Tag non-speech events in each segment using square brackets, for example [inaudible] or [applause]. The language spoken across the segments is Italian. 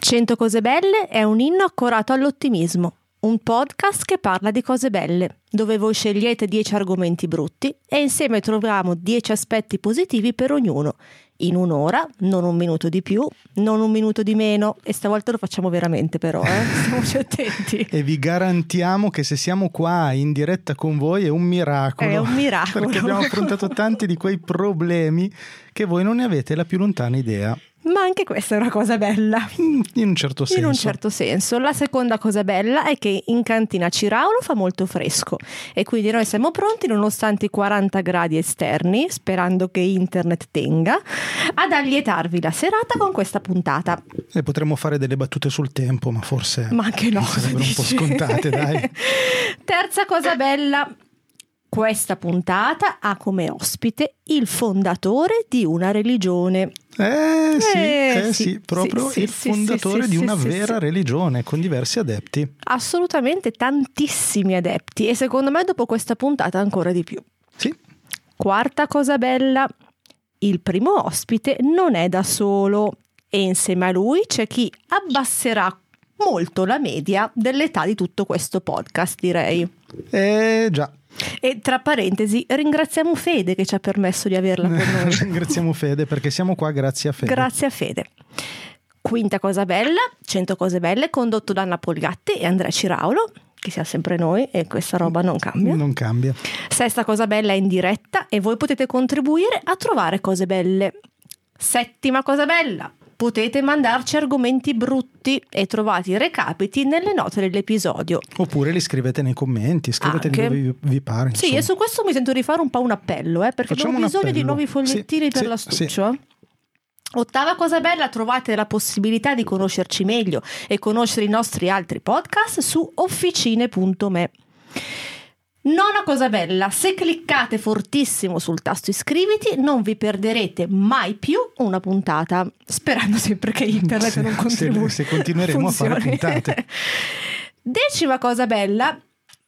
Cento cose belle è un inno accorato all'ottimismo, un podcast che parla di cose belle, dove voi scegliete 10 argomenti brutti e insieme troviamo 10 aspetti positivi per ognuno, in un'ora, non un minuto di più, non un minuto di meno e stavolta lo facciamo veramente però, eh? [laughs] stiamoci attenti. E vi garantiamo che se siamo qua in diretta con voi è un miracolo. È un miracolo. Perché [laughs] abbiamo affrontato tanti di quei problemi che voi non ne avete la più lontana idea. Ma anche questa è una cosa bella. In, in un certo senso. In un certo senso. La seconda cosa bella è che in cantina Ciraulo fa molto fresco e quindi noi siamo pronti, nonostante i 40 gradi esterni, sperando che internet tenga, ad allietarvi la serata con questa puntata. E potremmo fare delle battute sul tempo, ma forse Ma anche no, sarebbero un po' dici? [laughs] scontate, dai. Terza cosa bella. Questa puntata ha come ospite il fondatore di una religione. Eh sì, Eh, sì, eh, sì, sì, proprio sì, il sì, fondatore sì, di sì, una sì, vera sì. religione con diversi adepti. Assolutamente tantissimi adepti e secondo me dopo questa puntata ancora di più. Sì, Quarta cosa bella, il primo ospite non è da solo e insieme a lui c'è chi abbasserà molto la media dell'età di tutto questo podcast, direi. eh [laughs] già. E tra parentesi, ringraziamo Fede che ci ha permesso di averla con noi. Ringraziamo [laughs] Fede perché siamo qua grazie a Fede. Grazie a Fede. Quinta cosa bella, 100 cose belle, condotto da Anna Polgatti e Andrea Ciraulo, che siamo sempre noi e questa roba non cambia. Non cambia. Sesta cosa bella è in diretta e voi potete contribuire a trovare cose belle. Settima cosa bella. Potete mandarci argomenti brutti e trovate i recapiti nelle note dell'episodio. Oppure li scrivete nei commenti, scrivete Anche. dove vi, vi pare. Sì, insomma. e su questo mi sento di fare un po' un appello, eh, perché Facciamo abbiamo un bisogno di appello. nuovi fogliettini Sì, per sì, l'astuccio. eh. Ottava cosa bella, trovate la possibilità di conoscerci meglio e conoscere i nostri altri podcast su officine.me. Nona cosa bella, se cliccate fortissimo sul tasto iscriviti non vi perderete mai più una puntata, sperando sempre che internet Se- non se- contributi. se continueremo a fare puntate. [laughs] Decima cosa bella,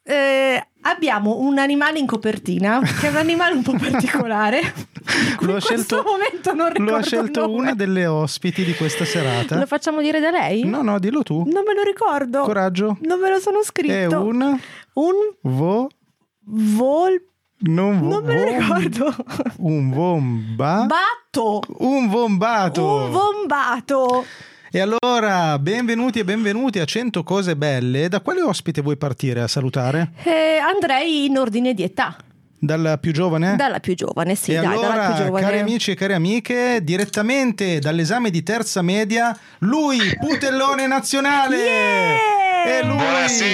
eh, abbiamo un animale in copertina, che è un animale un po' particolare. [laughs] Lo in questo ha scelto- momento non ricordo Lo ha il scelto nome. una delle ospiti di questa serata. Lo facciamo dire da lei? No, no, dillo tu. Non me lo ricordo. Coraggio. Non me lo sono È scritto. un Un vo vol... non, vo- Non me lo vom- ricordo. Un bomba Batto. Ah? un bombato. Un bombato. e allora, benvenuti e benvenuti a 100 cose belle. Da quale ospite vuoi partire a salutare? Eh, andrei in ordine di età. Dalla più giovane? Dalla più giovane, sì, Eh? e dai, dalla più allora, giovane. cari amici e cari amiche, direttamente dall'esame di terza media, lui, putellone nazionale! Yeah! E lui,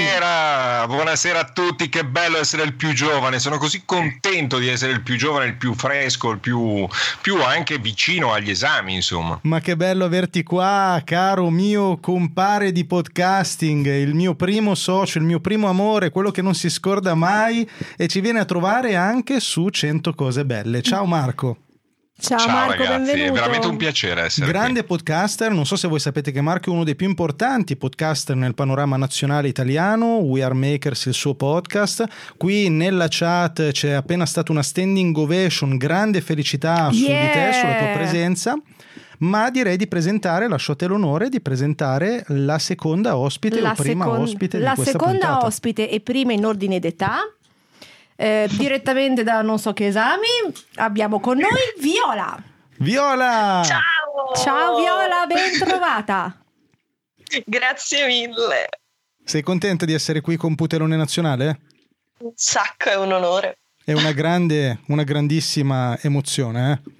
Buonasera, buonasera a tutti, che bello essere il più giovane, sono così contento di essere il più giovane, il più fresco, il più, più anche vicino agli esami, insomma. Ma che bello averti qua, caro mio compare di podcasting, il mio primo socio, il mio primo amore, quello che non si scorda mai e ci viene a trovare anche su 100 cose belle. Ciao Marco. Ciao, Marco, ragazzi, benvenuto. è veramente un piacere essere Grande podcaster, non so se voi sapete che Marco è uno dei più importanti podcaster nel panorama nazionale italiano, We Are Makers il suo podcast, qui nella chat c'è appena stata una standing ovation, grande felicità su di Yeah! te, sulla tua presenza, ma direi di presentare, lascio a te l'onore di presentare la seconda ospite o prima secon- ospite la di questa seconda puntata. ospite e prima in ordine d'età. Eh, direttamente da non so che esami abbiamo con noi Viola. Viola! Ciao! Ciao Viola, ben trovata. Grazie mille. Sei contenta di essere qui con Putelone Nazionale? Un sacco, è un onore. È una grande, una grandissima emozione, eh?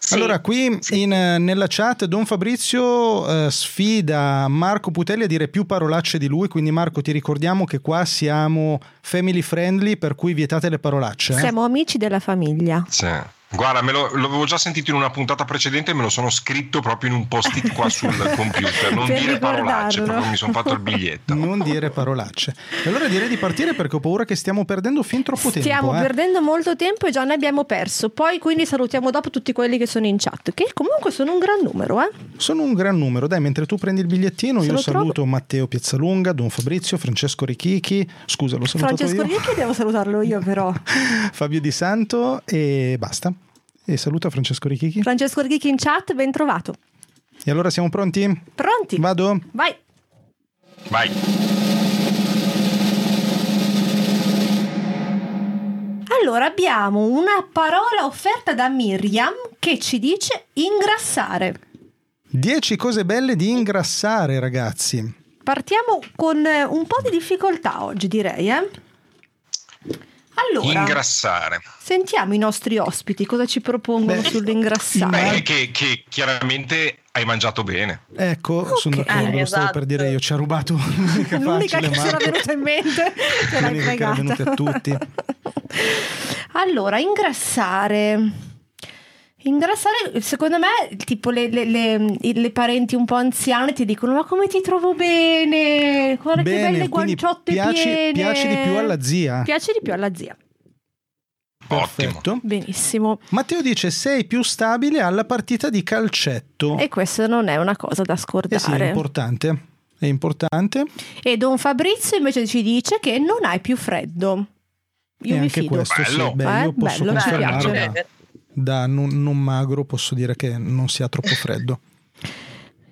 Sì. Allora, qui Sì. in, eh, nella chat Don Fabrizio eh, sfida Marco Putelli a dire più parolacce di lui, quindi Marco ti ricordiamo che qua siamo family friendly, per cui vietate le parolacce. eh. Siamo amici della famiglia. Sì. Guarda, me lo, l'avevo già sentito in una puntata precedente e me lo sono scritto proprio in un [laughs] post-it qua sul computer. Non Per dire parolacce, ricordarlo. proprio mi sono fatto il [laughs] biglietto. Non dire parolacce. E allora direi di partire perché ho paura che stiamo perdendo fin troppo Stiamo tempo. eh. perdendo molto tempo e già ne abbiamo perso. Poi quindi salutiamo dopo tutti quelli che sono in chat, che comunque sono un gran numero, eh. Sono un gran numero, dai, mentre tu prendi il bigliettino Se io lo saluto Matteo Piazzalunga, Don Fabrizio, Francesco Richichi, scusa l'ho salutato Francesco io, Ricchi devo salutarlo io però. [laughs] Fabio Di Santo e basta. E saluta Francesco Richichi. Francesco Ricchi in chat, ben trovato. E allora siamo pronti? Pronti? Vado? Vai. Vai. Allora abbiamo una parola offerta da Miriam che ci dice ingrassare. 10 cose belle di ingrassare, ragazzi. Partiamo con eh, un po' di difficoltà oggi, direi, eh. Allora, Ingrassare. sentiamo i nostri ospiti cosa ci propongono Beh, sull'ingrassare. Beh, che, che chiaramente hai mangiato bene. Ecco, sono Ok. Ah, d'accordo, Eh, lo stavo per esatto. dire io, ci ha rubato [laughs] l'unica, L'unica facile, che ci era Marco. venuta in [laughs] mente, [laughs] te l'hai L'unica che fregata. era venuta a tutti. Allora, ingrassare. Ingrassare, secondo me, tipo le, le- le- i- le parenti un po' anziane ti dicono: Ma come ti trovo bene? Guarda che Bene, belle quindi guanciotte piaci- piene. piaci di più alla zia. Piaci di più alla zia. Ottimo. Perfetto. Benissimo. Matteo dice sei più stabile alla partita di calcetto. E questa non è una cosa da Oh. Eh sì, è scordare. importante. È importante. e Don Fabrizio invece ci dice che non hai più freddo. Io e mi anche fido. questo Bello. sì. Beh, io Eh, posso bello, ci confermarlo piace. Eh, da, da non, non magro, posso dire che non sia troppo freddo.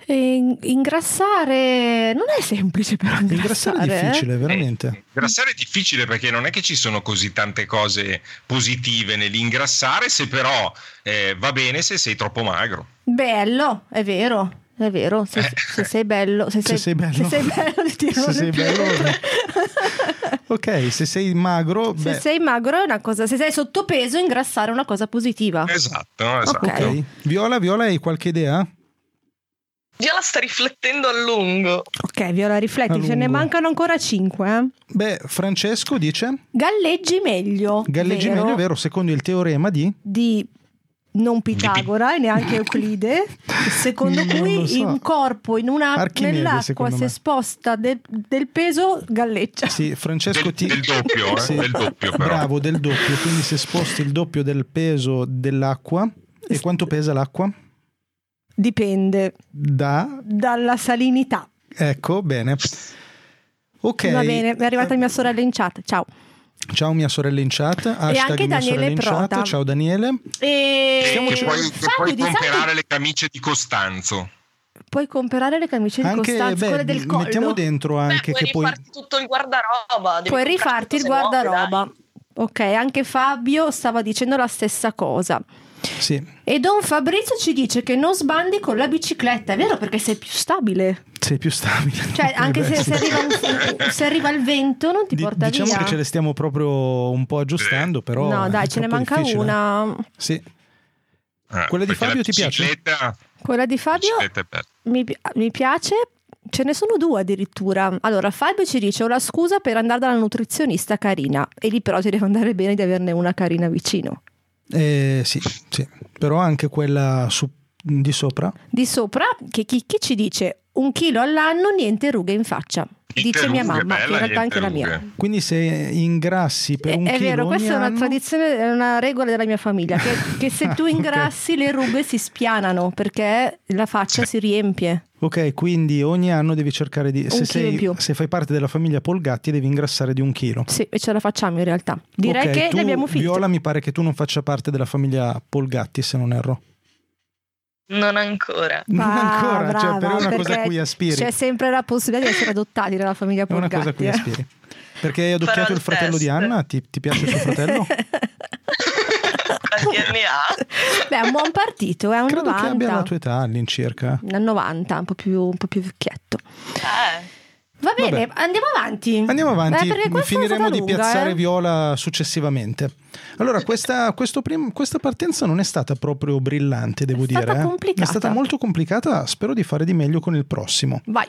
E in- ingrassare non è semplice, però. Ingrassare è eh. difficile, veramente. Eh, ingrassare è difficile perché non è che ci sono così tante cose positive nell'ingrassare, se però eh, va bene se sei troppo magro. Bello, è vero. È vero, se, se sei bello, se, Eh. Se sei bello. se sei bello, ti tirano Se le sei bello, pietre. ok, se sei magro, [laughs] se beh, sei magro è una cosa, se sei sottopeso, ingrassare è una cosa positiva. Esatto, esatto. Ok. Ah. ok. Viola, Viola, hai qualche idea? Viola sta riflettendo a lungo. Ok, Viola, A rifletti, ce ne lungo. mancano ancora eh? 5. Beh, Francesco dice Galleggi meglio. galleggi meglio, è vero, secondo il teorema di... Di non Pitagora e neanche Euclide, secondo Non lo cui so. un corpo in una, Archimede, nell'acqua secondo se me. sposta del, del peso, galleggia. Sì, Francesco Del- ti... del doppio, eh? Del doppio, però. Bravo, del doppio, quindi se sposti il doppio del peso dell'acqua, e quanto pesa l'acqua? Dipende Da... dalla salinità. Ecco, bene. Ok, Eh. Va bene, è arrivata mia sorella in chat. Ciao. ciao mia sorella in chat, hashtag anche mia Daniele sorella in Prota. chat, ciao Daniele. E Che puoi, che puoi Di Santo- comprare le camicie di Costanzo. puoi comprare le camicie di Anche, Costanzo, beh, quelle del collo. mettiamo dentro Beh, anche puoi che poi... rifarti tutto il guardaroba. devi Puoi comprarti rifarti il cose nuove, guardaroba. ok, anche Fabio stava dicendo la stessa cosa. Sì, E Don Fabrizio ci dice che non sbandi con la bicicletta, è vero perché sei più stabile. sei più stabile. Cioè, anche Eh beh, se, sì. se arriva un- se arriva il vento non ti Di- porta diciamo via. che ce le stiamo proprio un po' aggiustando, però... no, è dai, ce ne troppo manca difficile. una. Sì, Eh, Quella di perché Fabio la ti piace? bicicletta- Quella di Fabio bicicletta è bella. mi, pi- mi piace. Ce ne sono due addirittura. Allora, Fabio ci dice: Ho la scusa per andare dalla nutrizionista carina. E lì, però, ti deve andare bene di averne una carina vicino. Eh, sì, sì, però anche quella su- di sopra. Di sopra, che Chicchi ci dice: Un chilo all'anno, niente rughe in faccia. Dice mia Interrughe, mamma, che in bella, realtà anche la mia. interrughe. Quindi se ingrassi per È, un Eh, è chilo vero, ogni questa è una anno- tradizione, è una regola della mia famiglia: [laughs] che, che se tu Ok. ingrassi le rughe si spianano perché la faccia Cioè si riempie. Ok, quindi ogni anno devi cercare di... se, chilo sei- in più. se fai parte della famiglia Polgatti devi ingrassare di un chilo. Sì, e ce la facciamo in realtà. Direi Ok, che tu, le abbiamo finite. Viola mi pare che tu non faccia parte della famiglia Polgatti se non erro. dai. Non ancora. non Ah, [laughs] ancora, brava, cioè però è una cosa a perché cui aspiri. C'è sempre la possibilità di [laughs] essere adottati nella famiglia È una cosa a cui Polgatti, eh. aspiri. Perché hai Farò adocchiato il il fratello di test. Anna? Ti, ti piace il suo [laughs] fratello? Al DNA. Beh, è un buon partito, è un Credo 90. che abbia la tua età all'incirca. [laughs] Nel 90, un po' più, un po' più vecchietto. Eh, Va bene, Vabbè. andiamo avanti. Andiamo avanti, Eh, perché questa è finiremo stata di lunga, piazzare eh. Viola successivamente. Allora, questa, questo prim- questa partenza non è stata proprio brillante, devo stata dire. eh. complicata. È stata molto complicata, spero di fare di meglio con il prossimo. Vai.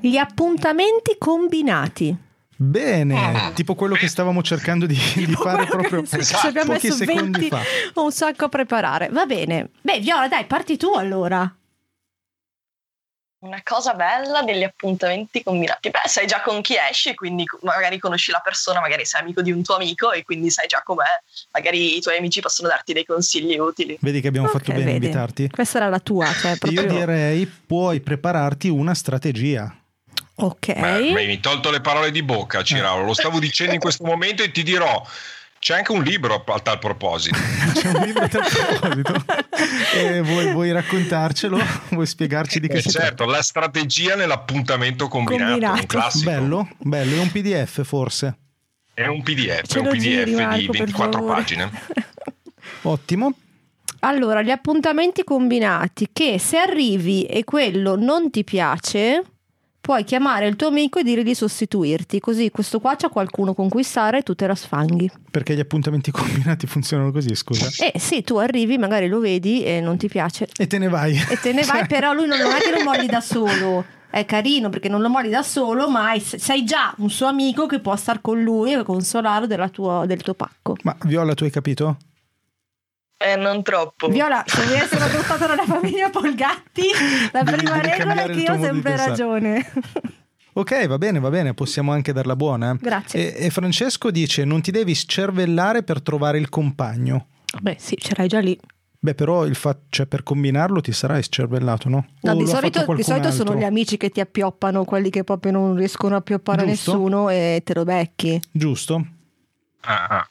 Gli appuntamenti combinati. Bene, tipo quello che stavamo cercando di, di Eh. Tipo fare quello proprio esatto, che- sì, ci abbiamo pochi messo secondi 20 fa. un sacco a preparare. Va bene. Beh, Viola, dai, parti tu allora. Una cosa bella degli appuntamenti combinati. Beh, sai già con chi esci, quindi magari conosci la persona, magari sei amico di un tuo amico e quindi sai già com'è. Magari i tuoi amici possono darti dei consigli utili. Vedi che abbiamo fatto Ok, bene a vedi. invitarti. Questa era la tua, cioè proprio... Io direi puoi prepararti una strategia. Ok. Beh, mi hai tolto le parole di bocca, Cirao. Lo stavo dicendo in questo momento e ti dirò. C'è anche un libro a tal proposito. C'è un libro a tal [laughs] proposito. e vuoi, vuoi raccontarcelo? Vuoi spiegarci di che Eh, si tratta? certo, la strategia nell'appuntamento combinato, Combinato. un classico. Bello, bello, è un PDF forse. È un PDF, Ce un lo PDF giri, Marco, di per 24 favore. pagine. [laughs] Ottimo. Allora, gli appuntamenti combinati che se arrivi e quello non ti piace, puoi chiamare il tuo amico e dire di sostituirti, così questo qua c'è qualcuno con cui stare e tu te la sfanghi. Perché gli appuntamenti [laughs] combinati funzionano così, scusa. E sì, tu arrivi, magari lo vedi e non ti piace E te ne vai. e te ne [laughs] Cioè. vai, però lui non, non è che lo molli da solo. È carino perché non lo molli da solo, ma hai- sei già un suo amico che può star con lui e consolarlo della tua- del tuo pacco. Ma Viola, tu hai capito? Eh, non Oh. troppo. Viola, se vuoi essere adottata dalla famiglia Polgatti, la Devi- prima devi regola è cambiare che il io tuo ho modo di sempre pensare. ragione. [laughs] Ok, va bene, va bene, possiamo anche darla buona. Grazie. E, e Francesco dice: Non ti devi scervellare per trovare il compagno. Beh, sì, c'erai già lì. Beh, però il fa- cioè, per combinarlo ti sarai scervellato, no? No, O di lo ha solito, fatto di solito qualcun sono altro? gli amici che ti appioppano, quelli che proprio non riescono a appioppare Giusto. nessuno e te lo becchi. Giusto? Ah, ah.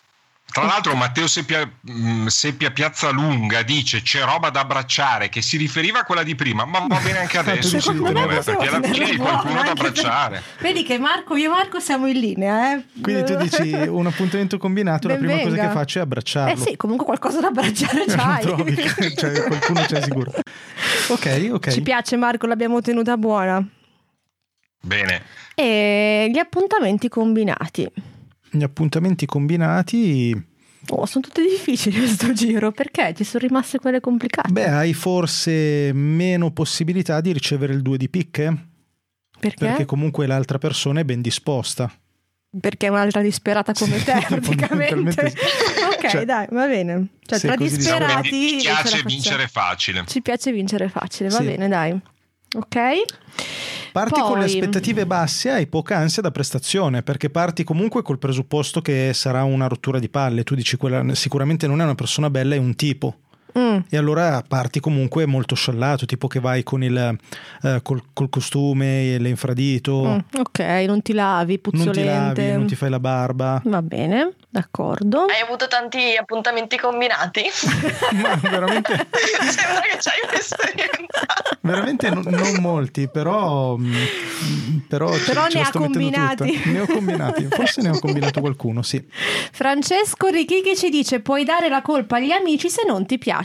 Tra l'altro Matteo Seppia, mh, Seppia Piazzalunga dice c'è roba da abbracciare che si riferiva a quella di prima, ma va bene [laughs] anche adesso Secondo secondo me me, possiamo perché alla fine tenerla hai buona qualcuno da anche se- abbracciare. Vedi che Marco, io e Marco siamo in linea, eh? Quindi tu [laughs] dici un appuntamento combinato, la Ben prima cosa venga. che faccio è abbracciarlo. Eh sì, comunque qualcosa da abbracciare [laughs] Non c'hai. trovi, cioè, [laughs] qualcuno c'è sicuro. Ok, ok. Ci piace Marco, l'abbiamo tenuta buona. Bene, E gli appuntamenti combinati. Gli appuntamenti combinati. Oh, sono tutti difficili questo giro, perché ci sono rimaste quelle complicate? Beh, hai forse meno possibilità di ricevere il due di picche? perché? Perché comunque l'altra persona è ben disposta. Perché è un'altra disperata come te, [laughs] Sì, [laughs] praticamente. fondamentalmente sì. ok, Cioè, dai, va bene. Cioè, se tra così diciamo- Diciamo che disperati mi ce la piace facciamo. vincere facile. Ci piace vincere facile, va Sì. bene, dai. Ok? Parti con le Poi- mm, aspettative basse, hai poca ansia da prestazione, perché parti comunque col presupposto che sarà una rottura di palle. Tu dici, quella sicuramente non è una persona bella, è un tipo. Mm. E allora parti comunque molto sciallato, tipo che vai con il, eh, col, col costume, l'infradito, Mm, ok, non ti lavi, Oh. non puzzolente. ti lavi, non ti fai la barba. Va bene, d'accordo. Hai avuto tanti appuntamenti combinati? Ma [laughs] veramente, [laughs] Sembra che c'hai un'esperienza. veramente non, [laughs] non molti, però... mm, Però, ce- Però ce ne la ha sto mettendo combinati. tutta. Ne ho combinati, forse ne ho combinato qualcuno, sì. Francesco Ricchi che ci dice puoi dare la colpa agli amici se non ti piace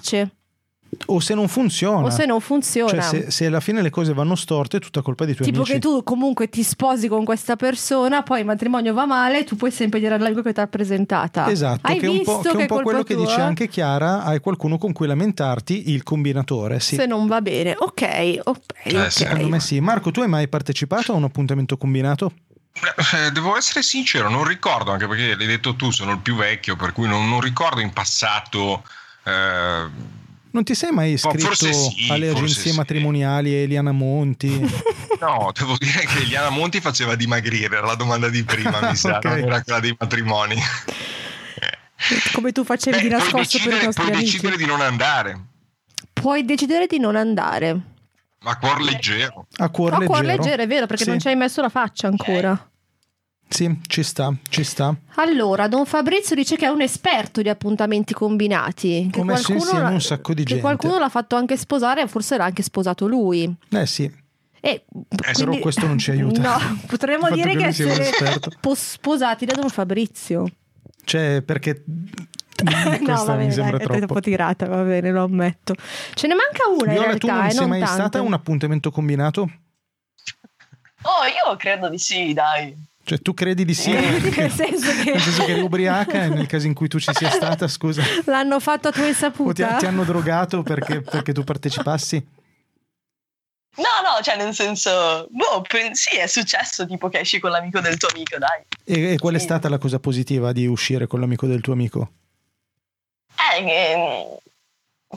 O se non funziona. o se non Cioè, funziona. se, se alla fine le cose vanno storte, è tutta colpa di tuoi Tipo amici. che tu comunque ti sposi con questa persona, poi il matrimonio va male, tu puoi sempre dire all'amico che ti ha presentata. Esatto, Hai che è un po', visto che è un che è po' colpa quello che tua? dice anche Chiara, hai qualcuno con cui lamentarti, il combinatore, sì. Se non va bene, ok, ok. ok. Eh, sì, Secondo me sì. Marco, tu hai mai partecipato a un appuntamento combinato? Eh, Devo essere sincero, non ricordo, anche perché l'hai detto tu, sono il più vecchio, per cui non, non ricordo in passato. eh, Non ti sei mai Oh, iscritto forse sì, alle forse agenzie sì. matrimoniali [laughs] Eliana Monti? no, devo dire che Eliana Monti faceva dimagrire, era la domanda di prima, mi [laughs] sa, Ok. non era quella dei matrimoni. Come tu facevi Beh, di Eh, puoi nascosto per i decidere- nostri puoi amici. decidere di non andare, Puoi decidere di non andare. ma cuor leggero. A cuor A leggero. cuor leggero, è vero, perché Sì. non ci hai messo la faccia ancora. Sì, ci sta, ci sta. Allora, Don Fabrizio dice che è un esperto di appuntamenti combinati. Che Ho messo qualcuno insieme l'ha- un sacco di che gente. qualcuno l'ha fatto anche sposare, e forse l'ha anche sposato lui. Eh sì, E però quindi- [laughs] questo non ci aiuta. [laughs] No, potremmo Il fatto dire che che lui sia un essere esperto. po- sposati da Don Fabrizio. [laughs] Cioè, perché no, Questa va bene, mi sembra dai, è troppo. troppo tirata, va bene, lo ammetto. Ce ne manca una in Viola, tu realtà, non e sei non mai tante. stata a un appuntamento combinato? [laughs] Oh, io credo di sì, dai. Cioè, tu credi di sì? [laughs] [laughs] [laughs] Nel senso che- Nel senso che eri ubriaca e nel caso in cui tu ci [laughs] sia stata, scusa. L'hanno fatto a tua O ti, insaputa? ti hanno drogato perché, perché tu partecipassi? No, no, cioè nel senso, boh, pen- sì, è successo tipo che esci con l'amico del tuo amico, dai. E, e qual è Sì. stata la cosa positiva di uscire con l'amico del tuo amico? Eh, che, mm,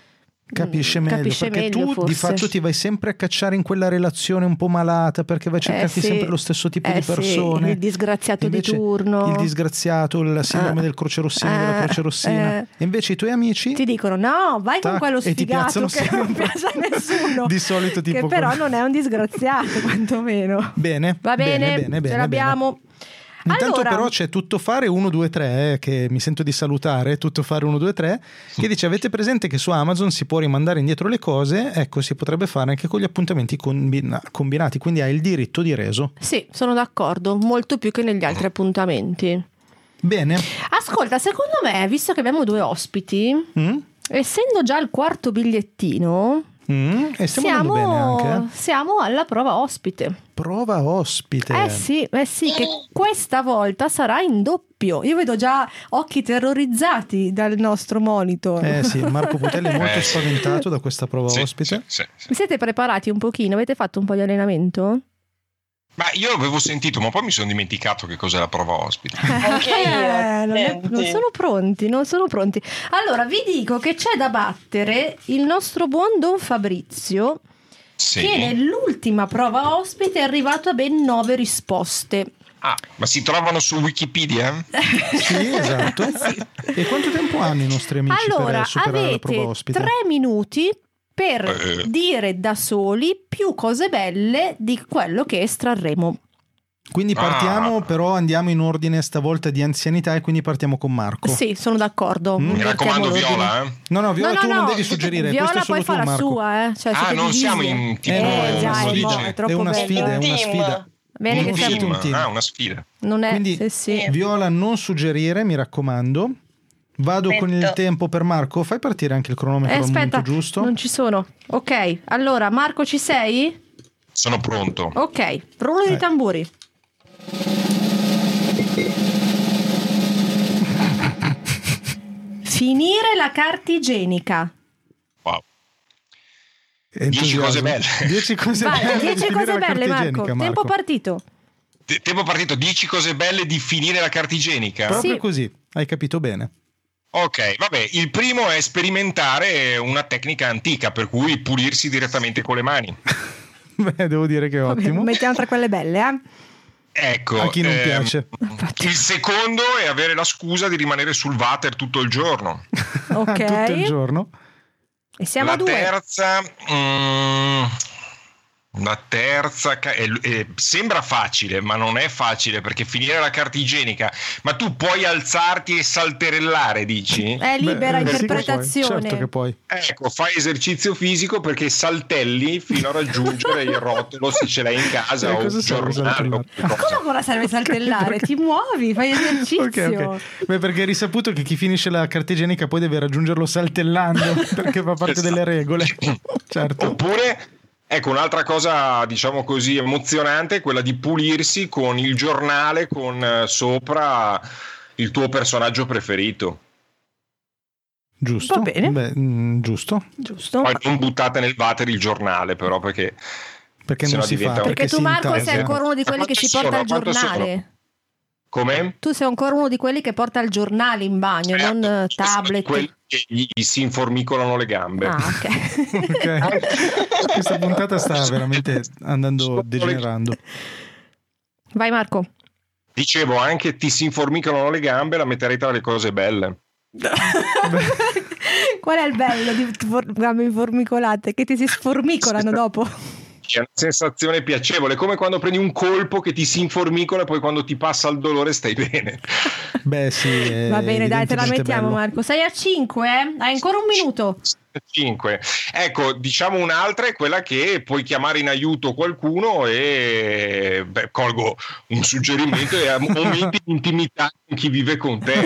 Capisce Mm, meglio, capisce perché meglio, tu di forse. fatto ti vai sempre a cacciare in quella relazione un po' malata perché vai a cercarti Eh, sì. sempre lo stesso tipo Eh di sì, persone. il disgraziato di Invece turno. Il disgraziato, la sindrome Ah. del croce rossino, della Eh, croce rossina. eh. E invece i tuoi amici Ti dicono no, vai con Tac, quello e ti sfigato piazzano che non sempre. piace a nessuno. Di solito tipo Che però quello- non è un disgraziato, [laughs] quantomeno. Bene, Va bene, bene, bene, ce bene, l'abbiamo. bene. Intanto Allora- però c'è tutto fare 123 eh, che mi sento di salutare, tutto fare 123 che dice avete presente che su Amazon si può rimandare indietro le cose, ecco si potrebbe fare anche con gli appuntamenti combina- combinati, quindi hai il diritto di reso. Sì, sono d'accordo, molto più che negli altri appuntamenti. Bene. Ascolta, secondo me, visto che abbiamo due ospiti, Mm? essendo già al quarto bigliettino, Mm? E stiamo andando bene anche. eh. siamo alla prova ospite. Prova ospite. Eh sì, eh sì, che questa volta sarà in doppio. Io vedo già occhi terrorizzati dal nostro monitor. Eh sì, Marco Putelli [laughs] [laughs] è molto Eh. spaventato da questa prova Sì, ospite. sì, sì, sì. Vi siete preparati un pochino? Avete fatto un po' di allenamento? Ma io avevo sentito, ma poi mi sono dimenticato che cos'è la prova ospite. Anche io, Eh, non, è- non senti. sono pronti, non sono pronti. Allora, vi dico che c'è da battere il nostro buon Don Fabrizio, Sì. che nell'ultima prova ospite è arrivato a ben nove risposte. Ah, ma si trovano su Eh, Wikipedia? [laughs] Sì, esatto. E quanto tempo hanno i nostri amici allora, per superare la prova avete ospite? tre minuti per Eh. dire da soli più cose belle di quello che estrarremo. Quindi partiamo, Ah. però andiamo in ordine stavolta di anzianità e quindi partiamo con Marco. Sì, sono d'accordo. Mm. Mi Mi Invertiamo raccomando, l'ordine. Viola, eh? No, no, Viola, No, no, tu non no, devi suggerire, Viola questo è solo poi fa tu, la Marco. sua, eh. Cioè, Ah, siete non divisi. siamo in tipo- Eh, no, Eh, già, è, una è, sfida. mo- sfida, è è troppo una bello. eh. sfida, è una Team. sfida. Bene un che Non siamo... siete team. un team. Ah, una sfida. Non è... Quindi- sì, sì. Viola, non suggerire, mi raccomando. Vado con il Aspetta. tempo per Marco, fai partire anche il cronometro Eh, al aspetta, momento giusto. non ci sono. Ok, allora Marco ci sei? Sono pronto. Ok, rullo di Eh. tamburi. [laughs] Finire la carta igienica. Wow. Entusiasmo. Dieci cose belle. [laughs] Dieci cose Vai, belle. 10 Finire cose la belle carta Marco. igienica, Tempo Marco. partito. Te- Tempo partito, 10 cose belle di finire la carta igienica. Proprio Sì. così, hai capito bene. [laughs] Ok, vabbè, il primo è sperimentare una tecnica antica, per cui pulirsi direttamente con le mani. Beh, devo dire che è Vabbè, ottimo. mettiamo tra quelle belle, eh. Ecco. A chi non ehm, piace. Il secondo è avere la scusa di rimanere sul water tutto il giorno. Ok. [laughs] Tutto il giorno. E siamo la a due. terza... mm, La terza ca- e- e sembra facile, ma non è facile perché finire la carta igienica, ma tu puoi alzarti e salterellare, dici? È libera Beh, eh, sì che puoi, interpretazione. certo che puoi. Ecco, fai esercizio fisico perché saltelli fino a raggiungere il rotolo se ce l'hai in Eh, casa o cosa un serve giornale. o saltellare? qualcosa. Come ora serve saltellare? Ti muovi, fai esercizio. [laughs] Ok, ok. Beh, perché è risaputo che chi finisce la carta igienica poi deve [laughs] raggiungerlo saltellando perché fa parte delle [coughs] regole. Certo. Esatto. Oppure, ecco, un'altra cosa, diciamo così, emozionante è quella di pulirsi con il giornale con eh, sopra il tuo personaggio preferito. Giusto. Va bene. Beh, mh, giusto. Giusto. Poi non buttate nel water il giornale, però, perché Perché Se non no si diventa fa. un- Perché tu si Marco intasa. sei ancora uno di Ma quelli che quanti ci porta sono? il Quanti sono? giornale. come? Tu sei ancora uno di quelli che porta il giornale in bagno, Certo. non eh, tablet. Quelli che gli si informicolano le gambe. Ah, ok. [laughs] Ok. Questa puntata sta veramente andando degenerando. [laughs] Vai Marco. Dicevo anche ti si informicolano le gambe, la metterei tra le cose belle. Qual è il bello di for- gambe informicolate? Che ti si sformicolano dopo? È una sensazione piacevole, come quando prendi un colpo che ti si informicola e poi quando ti passa il dolore stai bene. [laughs] Beh, sì. è Va bene, dai, te la evidentemente mettiamo bello. Marco. Sei a 5, eh? Hai ancora un minuto. 5. Ecco, diciamo un'altra è quella che puoi chiamare in aiuto qualcuno e beh, colgo un suggerimento e a momenti di intimità con chi vive con te.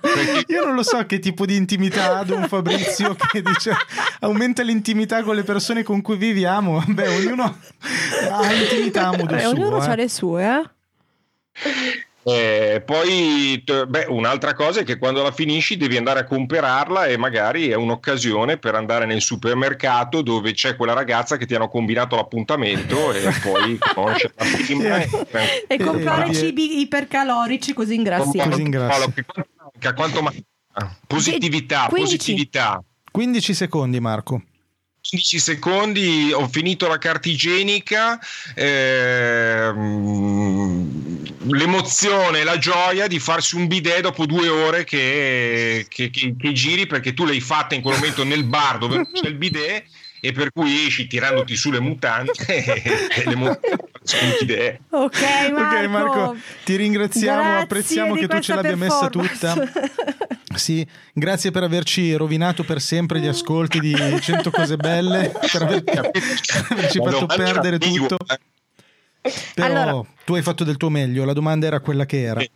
Perché Io non lo so che tipo di intimità ha Don Fabrizio [laughs] che dice aumenta l'intimità con le persone con cui viviamo. Beh, ognuno ha intimità a modo Vabbè, ognuno suo. ha eh. le sue, eh? Eh, poi, t- beh, un'altra cosa è che quando la finisci devi andare a comprarla e magari è un'occasione per andare nel supermercato dove c'è quella ragazza che ti hanno combinato l'appuntamento [laughs] e [laughs] poi conoscerla prima. Sì. e- E comprare eh, cibi ipercalorici così Così ingrassiamo. in grazia. Paolo, che quanto manca? Quanto manca? Positività, 15. positività. 15 secondi, Marco. 15 secondi, ho finito la carta igienica, ehm, l'emozione, la gioia di farsi un bidet dopo due ore che, che- che- che giri perché tu l'hai fatta in quel momento nel bar dove non c'è il bidet e per cui esci tirandoti su le mutande [laughs] e, l'emozione di farsi un bidet. Ok, Marco. Ok, Marco, ti ringraziamo, Grazie apprezziamo di che tu ce questa l'abbia messa performance. Sì, grazie per averci rovinato per sempre gli ascolti di 100 cose belle, [laughs] per aver- per averci La fatto domanda perdere era ambigua, tutto. Però Allora- tu hai fatto del tuo meglio, la domanda era quella che era. Sì.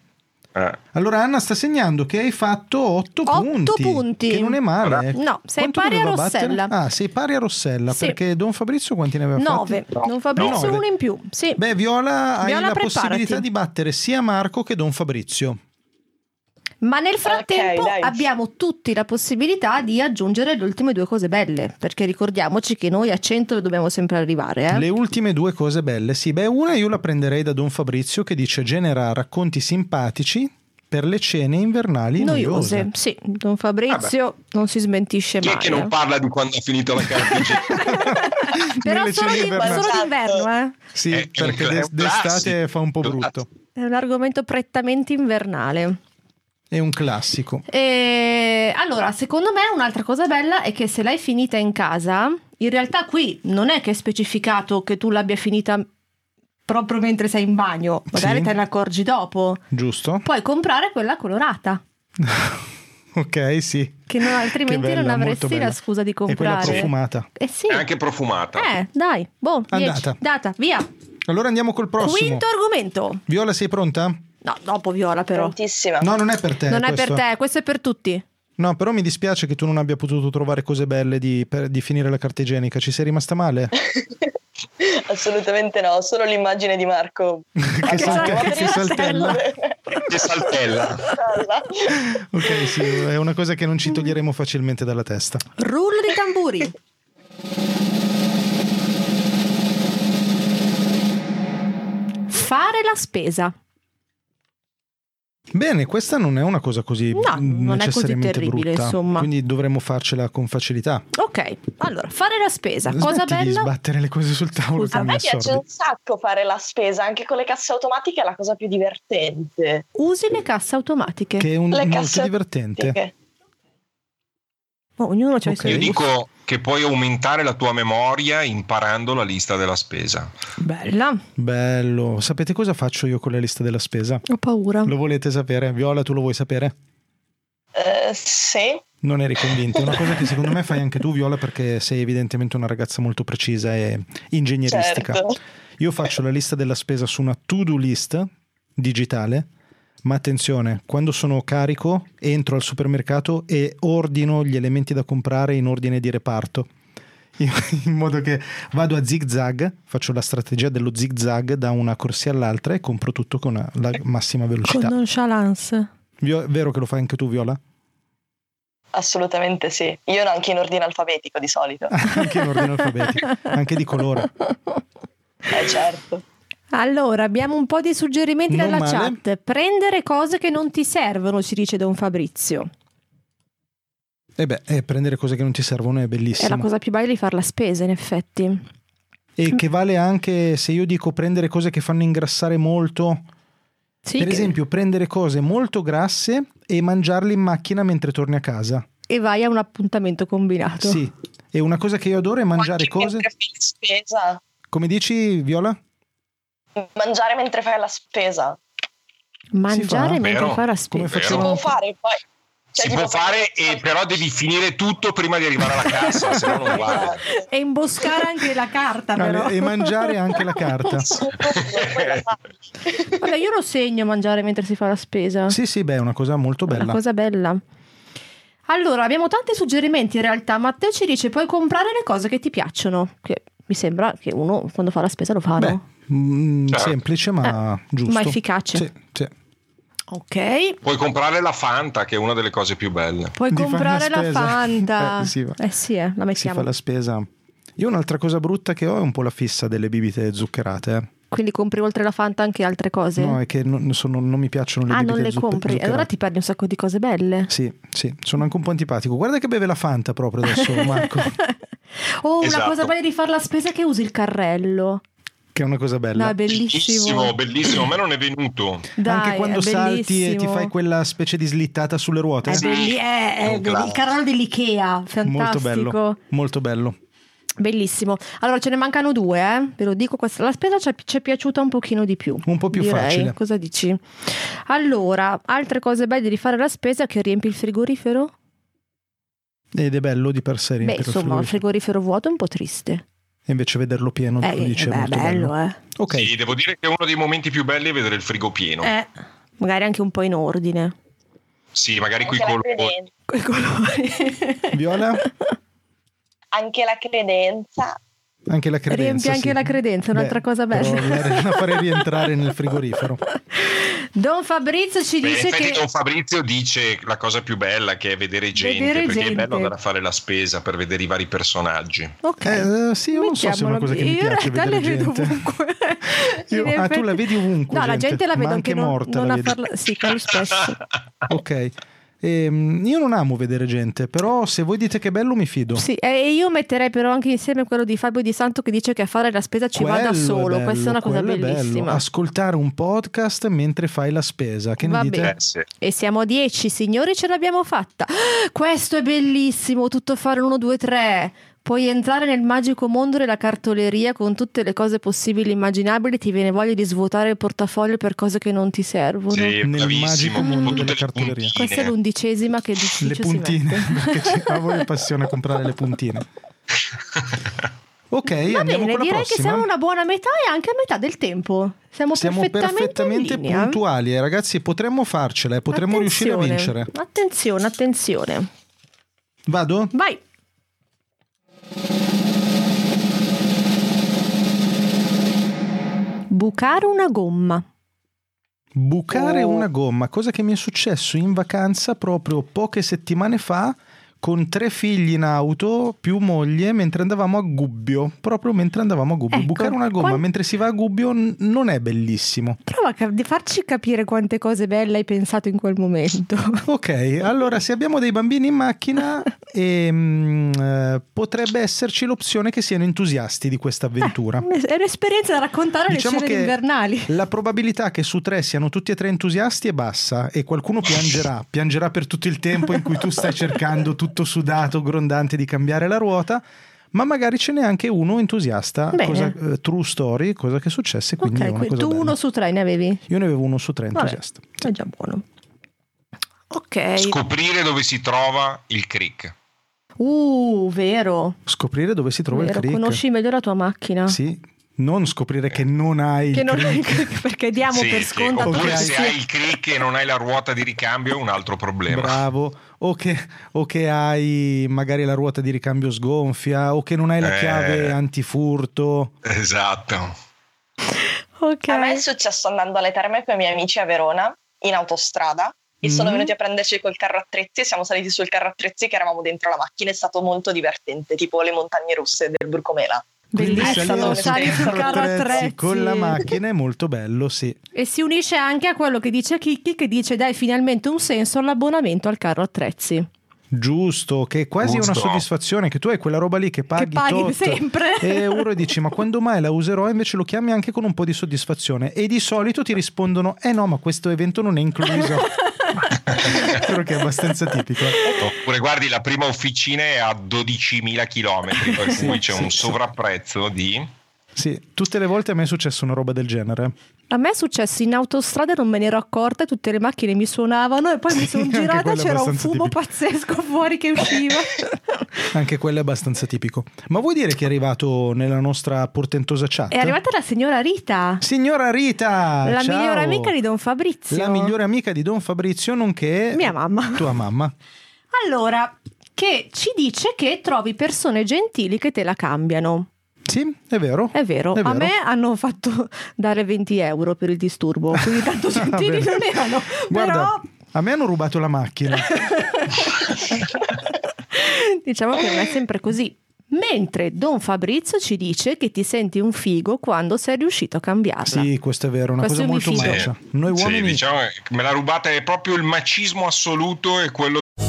eh. Allora Anna sta segnando che hai fatto 8 Otto punti, punti. che non è male. [laughs] eh, No, sei Quanto pari a doveva battere? Rossella. Ah, sei pari a Rossella, Sì. perché Don Fabrizio quanti ne aveva fatti? 9. Non Fabrizio, Nove. uno in più. Sì. Beh, Viola, hai Viola, la preparati. possibilità di battere sia Marco che Don Fabrizio. Ma nel frattempo Ok, dai. abbiamo tutti la possibilità di aggiungere le ultime due cose belle, perché ricordiamoci che noi a 100 dobbiamo sempre arrivare. Eh? Le ultime due cose belle, sì, beh, una io la prenderei da Don Fabrizio che dice genera racconti simpatici per le cene invernali noiose. [laughs] Noiose. Sì, Don Fabrizio non si smentisce Chi mai. è che non eh. parla di quando ha finito la carta igienica? Però Nelle solo, cene di- invernali. solo d'inverno, eh. Sì, Eh, perché è un d'es- d'estate classico. fa un po' brutto. è un argomento prettamente invernale. È un classico. E allora, secondo me un'altra cosa bella è che se l'hai finita in casa, in realtà qui non è che è specificato che tu l'abbia finita proprio mentre sei in bagno, magari Sì. te ne accorgi dopo. Giusto? Puoi comprare quella colorata, ok, sì. che non- altrimenti [laughs] Che bella, non avresti molto bella. la scusa di E quella comprare. profumata. Eh sì. È anche profumata. Eh, dai, boh, dieci. Andata. data, via. Allora andiamo col prossimo. Quinto argomento. Viola, sei pronta? No, dopo Viola però. Prontissima. No, non è per te. non è Eh, questo. per te, questo è per tutti. No, però mi dispiace che tu non abbia potuto trovare cose belle di, per- di finire la carta igienica. Ci sei rimasta [laughs] male? [laughs] [laughs] Assolutamente no, solo l'immagine di Marco. che, salta- che saltella. Che saltella. Saltella. Ok, sì, è una cosa che non ci toglieremo facilmente dalla testa. Rullo di tamburi. Fare la spesa. Bene, questa non è una cosa così No, mm, non è così necessariamente terribile, brutta, insomma. quindi dovremmo farcela con facilità. Ok, allora, fare la spesa. Cosa Smetti di bella? sbattere le cose sul tavolo Scusa, che A mi me piace un assorbi. sacco fare la spesa, anche con le casse automatiche è la cosa più divertente. Usi le casse automatiche. Che è un, Le molto casse divertente. automatiche. Oh, ognuno c'ha i Ok. suoi Io gusti. dico che puoi aumentare la tua memoria imparando la lista della spesa. Cioè, Bella, Bello. Sapete cosa faccio io con la lista della spesa? ho paura. Lo volete sapere? Viola, tu lo vuoi sapere? Eh, sì. Non eri convinto. È Una cosa che secondo me fai anche tu, Viola, perché sei evidentemente una ragazza molto precisa e ingegneristica. Certo. Io faccio la lista della spesa su una to-do list digitale, ma attenzione, quando sono carico entro al supermercato e ordino gli elementi da comprare in ordine di reparto. In [laughs] in modo che vado a zig zag, faccio la strategia dello zig zag da una corsia all'altra e compro tutto con la massima Con velocità. nonchalance. Vio- vero che lo fai anche tu, Viola? [laughs] Assolutamente sì. Io anche in ordine alfabetico di solito. anche in ordine alfabetico, anche di colore. Eh, certo. [laughs] Allora, abbiamo un po' di suggerimenti Non dalla male. chat. Prendere cose che non ti servono, ci dice Don Fabrizio. E beh, eh, prendere cose che non ti servono è È la bellissimo. cosa più bella di fare la spesa, in effetti. E che vale anche se io dico prendere cose che fanno ingrassare molto. Sì, per che- esempio, prendere cose molto grasse e mangiarle in macchina mentre torni a casa. E vai a un appuntamento combinato. Sì. E una cosa che io adoro è mangiare Anche cose. Mentre fai la spesa. Come dici, Viola? Mangiare mentre fai la spesa. Mangiare Si fa? mentre Vero. fai la spesa. Come Vero. Si può facevano? fare poi. Cioè, si tipo, può fare, fai- e però devi finire tutto prima di arrivare alla cassa, se no [laughs] non guarda. E imboscare anche la carta, No, però. Eh, E [laughs] mangiare anche la [laughs] carta. Vabbè, io lo segno mangiare mentre si fa la spesa. Sì, sì, beh, è una cosa molto È bella. Una cosa bella. Allora, abbiamo tanti suggerimenti in realtà. Matteo ci dice puoi comprare le cose che ti piacciono. Che mi sembra che uno quando fa la spesa lo fa, Beh, no? Eh, mm, Certo. semplice ma giusto. ma efficace. Sì, sì. Ok. Puoi comprare la Fanta, che è una delle cose più belle. Puoi Di fare comprare la la spesa. Fanta. [laughs] Eh, sì, va. eh, la Si mettiamo. fa la spesa. Io un'altra cosa brutta che ho è un po' la fissa delle bibite zuccherate. eh. Quindi compri oltre la Fanta anche altre cose? No, è che non, sono- non mi piacciono le ah, bibite non le zuc- compri. zuccherate. Allora ti perdi un sacco di cose belle. Sì, sì, sono anche un po' antipatico. Guarda che beve la Fanta [laughs] proprio adesso, Marco, Oh, una Esatto. cosa bella di fare la spesa è che usi il carrello. che è una cosa bella. No, è bellissimo. Bellissimo, bellissimo, a me non è venuto. Dai, anche è quando salti e ti bellissimo. fai quella specie di slittata sulle ruote. È Sì, belli- è- è Eh, è belli- il un classico. carrello dell'Ikea, Molto fantastico. bello, molto bello. Bellissimo. Allora ce ne mancano due, eh? ve lo dico. Questa. La spesa ci è, ci è piaciuta un pochino di più. Un po' più direi. facile. Cosa dici? Allora, altre cose belle di fare la spesa che riempi il frigorifero? Ed è bello di per sé Beh, riempire il insomma, il frigorifero frigorifero. vuoto è un po' triste. E invece vederlo pieno Eh, tu dici, eh, è beh, molto bello, bello. eh. Ok, Sì, devo dire che uno dei momenti più belli è vedere il frigo pieno. Eh, magari anche un po' in ordine. Sì, magari Anche coi la colori. credenza- Coi colori. [laughs] Viola, Anche la credenza. anche la credenza. Riempi anche sì. la credenza, è un'altra Beh, cosa bella. però [laughs] La la farei rientrare nel frigorifero. Don Fabrizio ci Beh, in dice effetti che Don Fabrizio dice la cosa più bella che è vedere gente, Vedere perché gente. è bello andare a fare la spesa per vedere i vari personaggi. Ok. Eh, sì, io non so se è Mettiamolo. una cosa che mi Io piace in realtà vedere le vedo gente. ovunque. [laughs] Io- In ah, effetti- tu la vedi ovunque, No, la gente, gente la ma vedo anche anche non, morta non la a vedi. farla- Sì, quello [laughs] spesso. Ok. Ehm, io non amo vedere gente, però se voi dite che è bello mi fido. Sì, e io metterei però anche insieme quello di Fabio Di Santo che dice che a fare la spesa ci va da Quello è solo. bello, Questa è una cosa quello bello. Ah, bellissima. Ascoltare un podcast mentre fai la spesa. Che ne Va dite? bene. [laughs] Eh, sì. E siamo a 10, signori, ce l'abbiamo fatta. [gasps] Questo è bellissimo, tutto fare 1, 2, 3. Puoi entrare nel magico mondo della cartoleria con tutte le cose possibili e immaginabili, ti viene voglia di svuotare il portafoglio per cose che non ti servono. Sì, Nel magico bravissimo, mondo con della tutte le cartoleria. puntine. Questa è l'undicesima che d'ufficio Le si puntine. mette. [laughs] Perché c'è- [laughs] a voi è passione a comprare le puntine. Ok, Va andiamo bene, con la direi che prossima. siamo a una buona metà e anche a metà del tempo. Siamo, Siamo perfettamente, perfettamente in linea. puntuali, eh, ragazzi. Potremmo farcela, eh, potremmo riuscire a Attenzione, vincere. Attenzione, attenzione. Vado? Vai. Bucare una gomma. Bucare Oh. una gomma, cosa che mi è successo in vacanza proprio poche settimane fa con tre figli in auto più moglie mentre andavamo a Gubbio, proprio mentre andavamo a Gubbio. Ecco, Bucare una gomma quan- mentre si va a Gubbio n- non è bellissimo. Prova a cap- di farci capire quante cose belle hai pensato in quel [laughs] momento. Ok, allora se abbiamo dei bambini in macchina ehm, eh, potrebbe esserci l'opzione che siano entusiasti di questa avventura. Un es- È un'esperienza da raccontare alle Diciamo cene che invernali. [laughs] la probabilità che su tre siano tutti e tre entusiasti è bassa e qualcuno piangerà, piangerà per tutto il tempo in cui tu stai cercando tutto sudato, grondante di cambiare la ruota. Ma magari ce n'è anche uno entusiasta, Bene. cosa- eh, true story, cosa che successe, quindi è Ok, una qui- cosa tu bella. uno su tre ne avevi? Io ne avevo uno su tre Vabbè, entusiasta. è già buono. Ok. Scoprire dove si trova il crick. Uh, vero. Scoprire dove si trova vero. il crick. Conosci meglio la tua macchina. Sì, non scoprire che non hai Che il non crick. [laughs] perché diamo Sì, per sì, scontato Oppure che ci se sia- hai il crick e non hai la ruota di ricambio è un altro problema. Bravo, o che, o che hai magari la ruota di ricambio sgonfia, o che non hai la Eh. chiave antifurto. Esatto. Ok. A me è successo andando alle terme con i miei amici a Verona in autostrada e sono Mm. venuti a prenderci col carro attrezzi e siamo saliti sul carro attrezzi che eravamo dentro la macchina. È stato molto divertente, tipo le montagne russe del Burcomela. Quindi Bellissimo, salire sali sul carro attrezzi con la macchina è molto bello, sì. E si unisce anche a quello che dice Chicchi che dice dai finalmente un senso all'abbonamento al carro [laughs] attrezzi. Giusto, che è quasi Giusto. una soddisfazione che tu hai quella roba lì che paghi, paghi tot, sempre. e euro e dici ma quando mai la userò invece lo chiami anche con un po' di soddisfazione e di solito ti rispondono eh no ma questo evento non [laughs] è incluso spero che è abbastanza tipico Oppure guardi, la prima officina è a 12.000 km, [laughs] per Sì, cui c'è sì, un sì. sovrapprezzo di... sì, tutte le volte a me è successa una roba del genere A me è successo in autostrada, non me ne ero accorta, tutte le macchine mi suonavano e poi mi sono [laughs] anche girata e quello è c'era un abbastanza fumo tipico. pazzesco fuori che [laughs] usciva. anche quello è abbastanza tipico ma vuoi dire che è arrivato nella nostra portentosa chat? È arrivata la signora Rita, signora Rita la ciao! migliore amica di Don Fabrizio. la migliore amica di Don Fabrizio nonché Mia mamma. tua mamma Allora, che ci dice che trovi persone gentili che te la cambiano. sì è vero È [laughs] vero, a me hanno fatto [laughs] dare 20 euro per il disturbo, quindi [laughs] tanto gentili Vabbè. non erano. Ah, Guarda, Però Esatto. a me hanno rubato la macchina. diciamo che non è sempre così. Mentre Don Fabrizio ci dice che ti senti un figo quando sei riuscito a cambiarla. sì, questo è vero, è una Questo cosa mi molto fido. marcia. Noi Sì, uomini diciamo che me la rubata è proprio il macismo assoluto e quello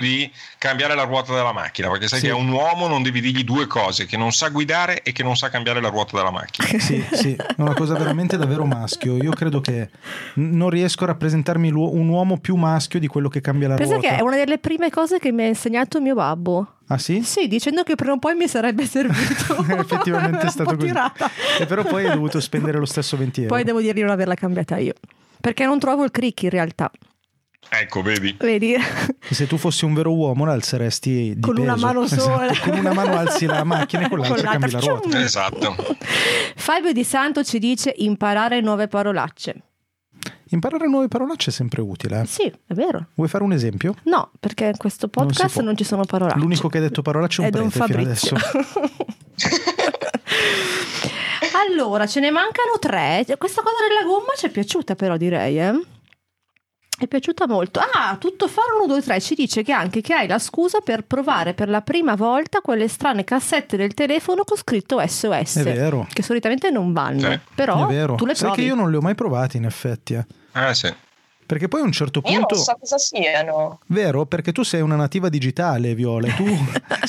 di cambiare la ruota della macchina, perché sai Sì. che a un uomo non devi dirgli due cose, che non sa guidare e che non sa cambiare la ruota della macchina. Sì, sì, è una cosa veramente davvero maschio. Io credo che n- non riesco a rappresentarmi l'u- un uomo più maschio di quello che cambia la Pensa ruota. che è una delle prime cose che mi ha insegnato mio babbo. Ah sì? Sì, dicendo che prima o poi mi sarebbe servito. [laughs] Effettivamente Esatto. Era [laughs] è un stato po' così. tirata. E però poi hai [laughs] dovuto spendere lo stesso 20 euro. Poi devo dirgli di non averla cambiata io. Perché non trovo il crick in realtà. Ecco, vedi. Vedi? E Se tu fossi un vero uomo la alzeresti di con una peso. mano Esatto, sola. Con una mano [laughs] alzi la macchina e con l'altra cambi la cium. ruota. Esatto. [laughs] Fabio Di Santo ci dice imparare nuove parolacce. Imparare nuove parolacce è sempre utile. eh. Sì, è vero. Vuoi fare un esempio? No, perché in questo Non si podcast può. non, ci sono parolacce. L'unico che ha detto parolacce è un È Don prete fino Fabrizio. adesso. allora, ce ne mancano tre. Questa cosa della gomma ci è piaciuta però, direi, eh. È piaciuta molto. Ah, tutto fare 1, 2, 3 ci dice che anche che hai la scusa per provare per la prima volta quelle strane cassette del telefono con scritto SOS. È vero. Che solitamente non vanno. Sì. È [laughs] Però vero. tu le Sai provi. che io non le ho mai provate in effetti. eh. Ah, sì. Perché poi a un certo Io punto. non so cosa siano. Vero? Perché tu sei una nativa digitale, [laughs] Viola. Tu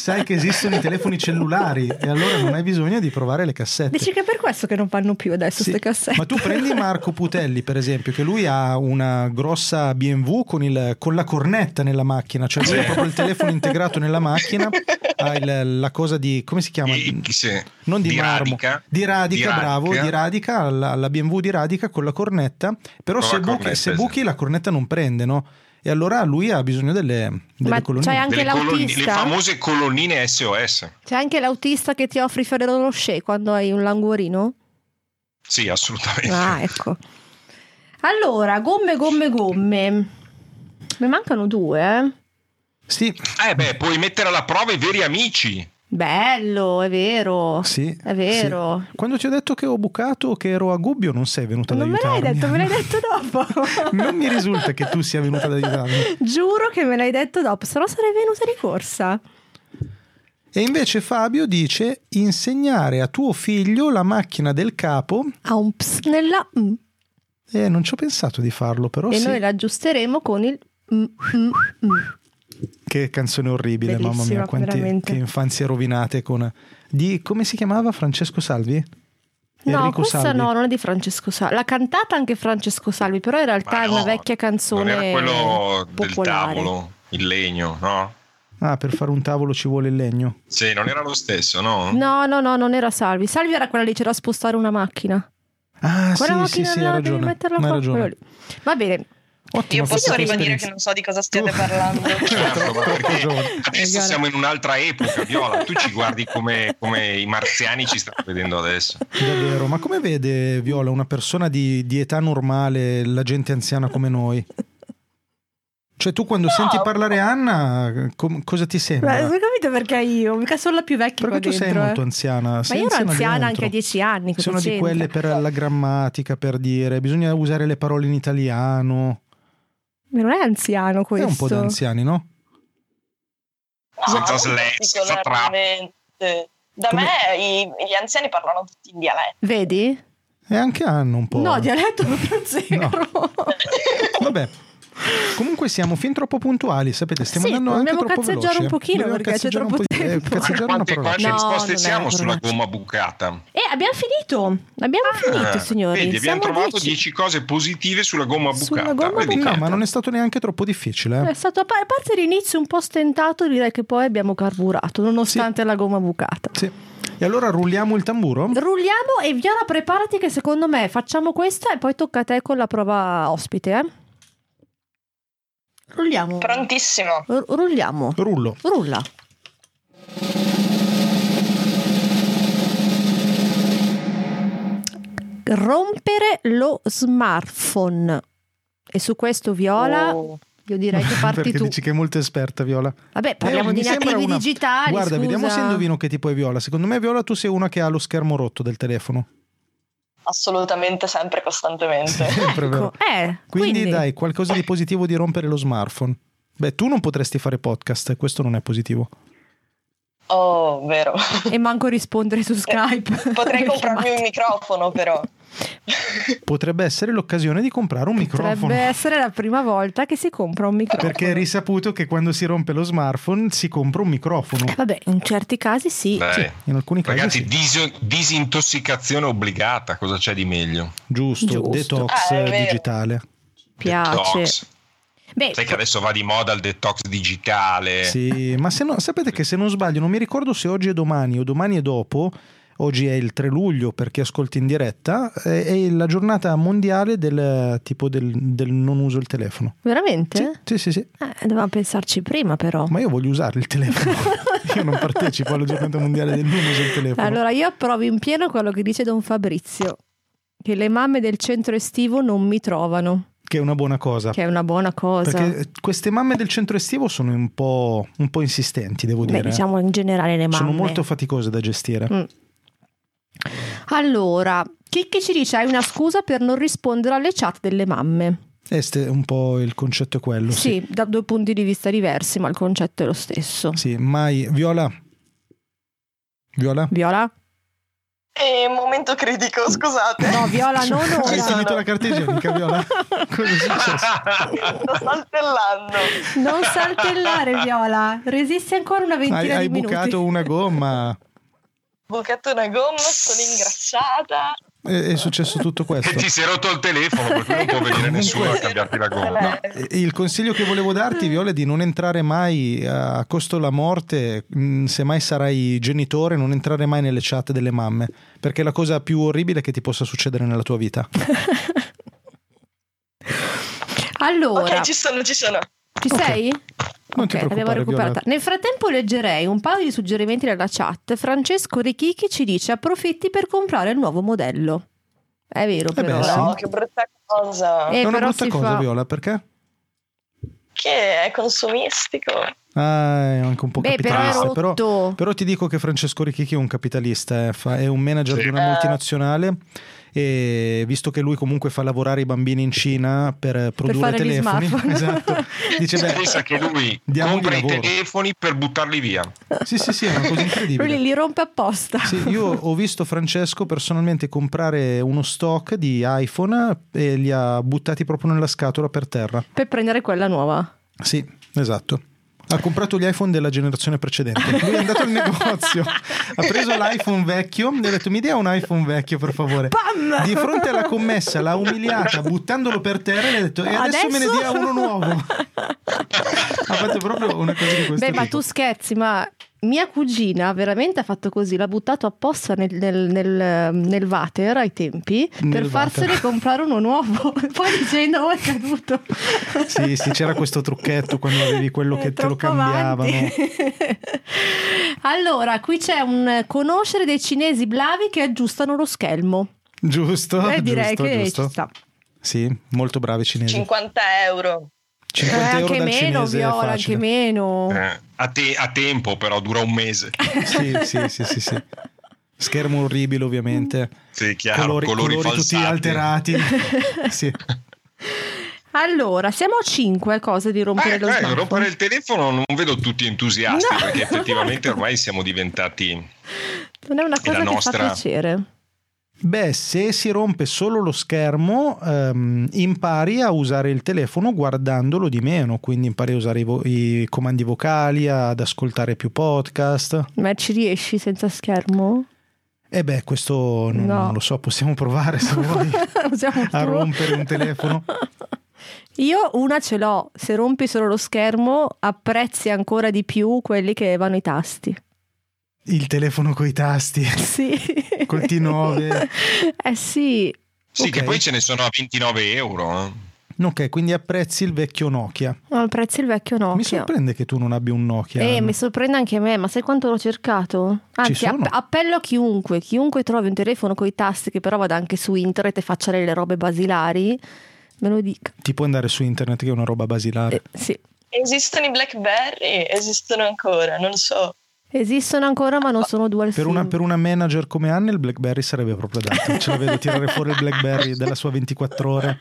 sai che esistono i telefoni cellulari e allora non hai bisogno di provare le cassette. Dici che è per questo che non vanno più adesso Sì. queste cassette. Ma tu prendi Marco Putelli, per esempio, che lui ha una grossa BMW con, il- con la cornetta nella macchina, cioè lui ha proprio il telefono integrato nella macchina, ha il- la cosa di come si chiama? I- i- sì. Non di, Di marmo, radica. di radica, Di radica. bravo, di radica, alla, alla BMW di radica con la cornetta, però Con se la buchi, cornetta, se esatto. buchi la cornetta non prende, no? E allora lui ha bisogno delle, delle Ma colonnine. c'hai anche Delle colonni- le l'autista? famose colonnine SOS. [laughs] C'è anche l'autista che ti offre i Ferrero Rocher quando hai un languorino? Sì, assolutamente. [laughs] Ah, Cioè. ecco. Allora, gomme, gomme, gomme. Ne mancano due, eh? Sì, Eh beh, puoi mettere alla prova i veri amici. Bello, è vero. Sì, È vero. sì. Quando ti ho detto che ho bucato, che ero a Gubbio, non sei venuta ad Non me l'hai aiutarmi. detto, me l'hai [laughs] detto dopo. non mi risulta che tu sia venuta ad aiutarmi. Giuro che me l'hai detto dopo, se no sarei venuta di corsa. E invece Fabio dice insegnare a tuo figlio la macchina del capo. Ha un ps nella m Eh, non ci ho pensato di farlo, però e Oh, sì. noi la aggiusteremo con il m, m, m. Che canzone orribile, mamma Bellissima, mia, quanti, veramente. che infanzie rovinate con... Di, come si chiamava Francesco Salvi? No, Enrico questa Salvi. no, non è di Francesco Salvi. L'ha cantata anche Francesco Salvi, però in realtà Ma è una no, vecchia Non canzone era quello del popolare. tavolo, il legno, no? Ah, per fare un tavolo ci vuole il legno. Sì, non era lo stesso, no? No, no, no, non era Salvi. Salvi era quella lì, c'era a spostare una macchina. Ah, Quella sì, sì, macchina sì, là, hai devi ragione. metterla hai qua, quello ragione. lì. Va bene. Ottima Io posso questa ribadire che esperienza. non so di cosa stiate Tu- parlando. [laughs] Certo, ma Troppo perché giovane. adesso Viola. siamo in un'altra epoca, Viola. Tu ci guardi come, come i marziani ci stanno vedendo adesso. Davvero, ma come vede Viola una persona di, di età normale, la gente anziana come noi? Cioè tu quando senti parlare Anna, com- cosa [laughs] ti Ma sembra? non ho capito perché io, mica sono la più vecchia Perché qua tu sei dentro, molto eh. anziana. Ma io ero anziana anche a dieci anni. cosa Sono di c'entra? quelle per la grammatica, per dire, bisogna usare le parole in italiano. Ma non è anziano questo. È un po' da anziani, no? Senza non slang, senza trap. particolarmente. Da Come- me i- gli anziani parlano tutti in dialetto. Vedi? E anche Anna un po'. No, dialetto [laughs] proprio zero. Vabbè. Comunque siamo fin troppo puntuali, sapete, stiamo Sì, andando anche dobbiamo troppo cazzeggiare veloci. un pochino, Dobbiamo perché c'è cazzeggiare un troppo po' di- eh, tempo. Cazzeggiare una Quante, parola. quante No, risposte non è siamo ancora sulla una- gomma bucata? E Eh, abbiamo finito. Abbiamo finito, Ah, Esatto, signori. Vedi, Siamo abbiamo a trovato 10. 10 cose positive sulla gomma Sulla bucata. gomma Vedi No, che- ma non è stato neanche troppo difficile. eh. È stato a par- a parte l'inizio un po' stentato, direi che poi abbiamo carburato, nonostante la gomma bucata. Sì. E allora rulliamo il tamburo? Rulliamo e Viola, preparati che secondo me facciamo questa e poi tocca a te con la prova ospite. eh. Rulliamo. Prontissimo. Ru- rulliamo. Rullo. Rulla. Rompere lo smartphone. E su questo, Viola, Oh. io direi che parti [laughs] Perché tu. dici che è molto esperta, Viola. Vabbè, parliamo Eh, mi di sembra nativi una- digitali. Guarda, scusa. vediamo se indovino che tipo è Viola. Secondo me, Viola, tu sei una che ha lo schermo rotto del telefono. Assolutamente, sempre, costantemente. [laughs] Sempre vero. Ecco, eh, Quindi, quindi, dai, qualcosa di positivo di rompere lo smartphone. Beh, tu non potresti fare podcast, questo non è positivo. Oh, vero. E manco rispondere su Skype. Eh, Potrei [laughs] alle comprarmi un chiamate. microfono, però. Potrebbe essere l'occasione di comprare un microfono. Potrebbe essere la prima volta che si compra un microfono. Perché è risaputo che quando si rompe lo smartphone si compra un microfono. Eh, Vabbè, in certi casi sì. Dai. Sì. In alcuni casi, Ragazzi, sì. dis- disintossicazione obbligata, cosa c'è di meglio? giusto, Giusto. detox Ah, è vero. digitale. Detox. Piace. Eh, Beh, Sai che adesso va di moda il detox digitale. [laughs] Sì, ma se no, sapete che se non sbaglio, non mi ricordo se oggi è domani o domani è dopo. Oggi è il 3 luglio per chi ascolti in diretta, è, è la giornata mondiale del eh, tipo del, del non uso il telefono. veramente? Sì, sì, sì, sì. Eh, dovevamo pensarci prima, però. Ma io voglio usare [laughs] il telefono. io non partecipo alla giornata mondiale del non uso il telefono. Allora, io approvo in pieno quello che dice Don Fabrizio. Che le mamme del centro estivo non mi trovano, Che è una buona cosa. che è una buona cosa. Perché eh, queste mamme del centro estivo sono un po', un po' insistenti, devo Beh, dire. diciamo in generale le mamme. sono molto faticose da gestire. Mm. Allora, Chicchi ci dice hai una scusa per non rispondere alle chat delle mamme. Este è un po' il concetto è quello. sì. Sì, da due punti di vista diversi, ma il concetto è lo stesso. Sì, mai. Viola. Viola. Viola? E momento critico, scusate. No, Viola non Hai ora. finito la carta igienica, [laughs] Viola? Cosa è successo? [laughs] Sto saltellando. Non saltellare, Viola. Resisti ancora una ventina Hai, di hai minuti. [laughs] bucato una gomma. Bucato una gomma, sono ingrassata. È, è successo tutto E questo. ti sei rotto il telefono, per cui non può venire nessuno a cambiarti la gomma. No, il consiglio che volevo Ah. darti, Viola, è di non entrare mai eh, a costo la morte, mh, se mai sarai genitore, non entrare mai nelle chat delle mamme, perché è la cosa più orribile che ti possa succedere nella tua vita. Allora, Ok, ci sono, ci sono. ci sei? Non ti Ok, l'abbiamo preoccupare, Viola. recuperata. Nel frattempo leggerei un paio di suggerimenti dalla chat. Francesco Richichi ci dice approfitti per comprare il nuovo modello. È vero, Eh beh, però. sì. No, che brutta cosa. Eh, è una però brutta si cosa, fa- Viola, perché? perché è consumistico. Eh, Ah, è anche un po' Beh, però è capitalista. Però, rotto. però ti dico che Francesco Ricchichi è un capitalista, eh, fa- è un manager Sì. di una multinazionale. E visto che lui comunque fa lavorare i bambini in Cina per eh, produrre fare gli telefoni, smartphone. [laughs] esatto. dice: Pensa beh, che lui Diamogli compra i lavoro. telefoni per buttarli via. sì, sì, sì, è una cosa incredibile. Lui li rompe apposta. Sì, io ho visto Francesco personalmente comprare uno stock di iPhone e li ha buttati proprio nella scatola per terra. [laughs] Per prendere quella nuova. Sì, esatto. Ha comprato gli iPhone della generazione precedente. Lui è andato al negozio, ha preso l'iPhone vecchio e ha detto: Mi dia un iPhone vecchio, per favore. Pam! [laughs] Di [laughs] fronte alla commessa l'ha umiliata, buttandolo per terra e le ha detto: Cioè, E adesso, me ne Adesso?" dia uno [laughs] nuovo. ha fatto proprio una cosa di questo Beh, ma tipo. tu scherzi, ma mia cugina veramente ha fatto così, l'ha buttato apposta nel, nel, nel- nel water ai tempi Nel per water. farsene comprare uno nuovo, [laughs] poi dicendo oh, è caduto. Sì, sì, c'era questo trucchetto quando avevi quello Eh, che te lo troppo avanti. [laughs] cambiavano. allora, qui c'è un eh, conoscere dei cinesi bravi che aggiustano lo schermo. [laughs] Giusto? Eh, direi Ah, giusto, che giusto. ci sta. Sì, molto bravi cinesi. 50 euro. 50 Eh, euro anche dal meno, cinese è Viola, facile. anche meno. Eh, a, te- a tempo, però, dura un mese. Eh, Sì, sì, sì, sì, sì. Schermo orribile, ovviamente. Sì, chiaro, colori, colori colori tutti falsati. [laughs] alterati. sì. Allora, siamo a 5 cose di rompere Eh, lo eh, smartphone. rompere il telefono non vedo tutti entusiasti No. perché effettivamente ormai siamo diventati Non è una la cosa che nostra- fa piacere. Beh, se si rompe solo lo schermo, ehm, impari a usare il telefono guardandolo di meno, quindi impari a usare i, vo- i comandi vocali, ad ascoltare più podcast. Ma ci riesci senza schermo? E Eh beh, questo non, No. non lo so, possiamo provare Eh, se [laughs] vuoi. Usiamo il A tuo. rompere un telefono? Io una ce l'ho. Se rompi solo lo schermo, apprezzi ancora di più quelli che vanno i tasti. [laughs] Il telefono coi tasti. Sì. Col T9. Eh sì. Sì, Ok. che poi ce ne sono a 29 euro. eh. Ok, quindi apprezzi il vecchio Nokia. Apprezzi il vecchio Nokia. Mi sorprende che tu non abbia un Nokia. Eh, Anna. mi sorprende anche me, ma sai quanto l'ho cercato? Anzi, sono. app- appello a chiunque, chiunque trovi un telefono con i tasti che però vada anche su internet e faccia le robe basilari, me lo dica. Ti puoi andare su internet che è una roba basilare. Eh, sì. Esistono i Blackberry? Esistono ancora, non so. Esistono ancora, ma non sono dual Ah, Per sim. una, per una manager come Anna il Blackberry sarebbe proprio adatto. Ce la vedo tirare fuori il Blackberry dalla sua 24 [laughs] ore.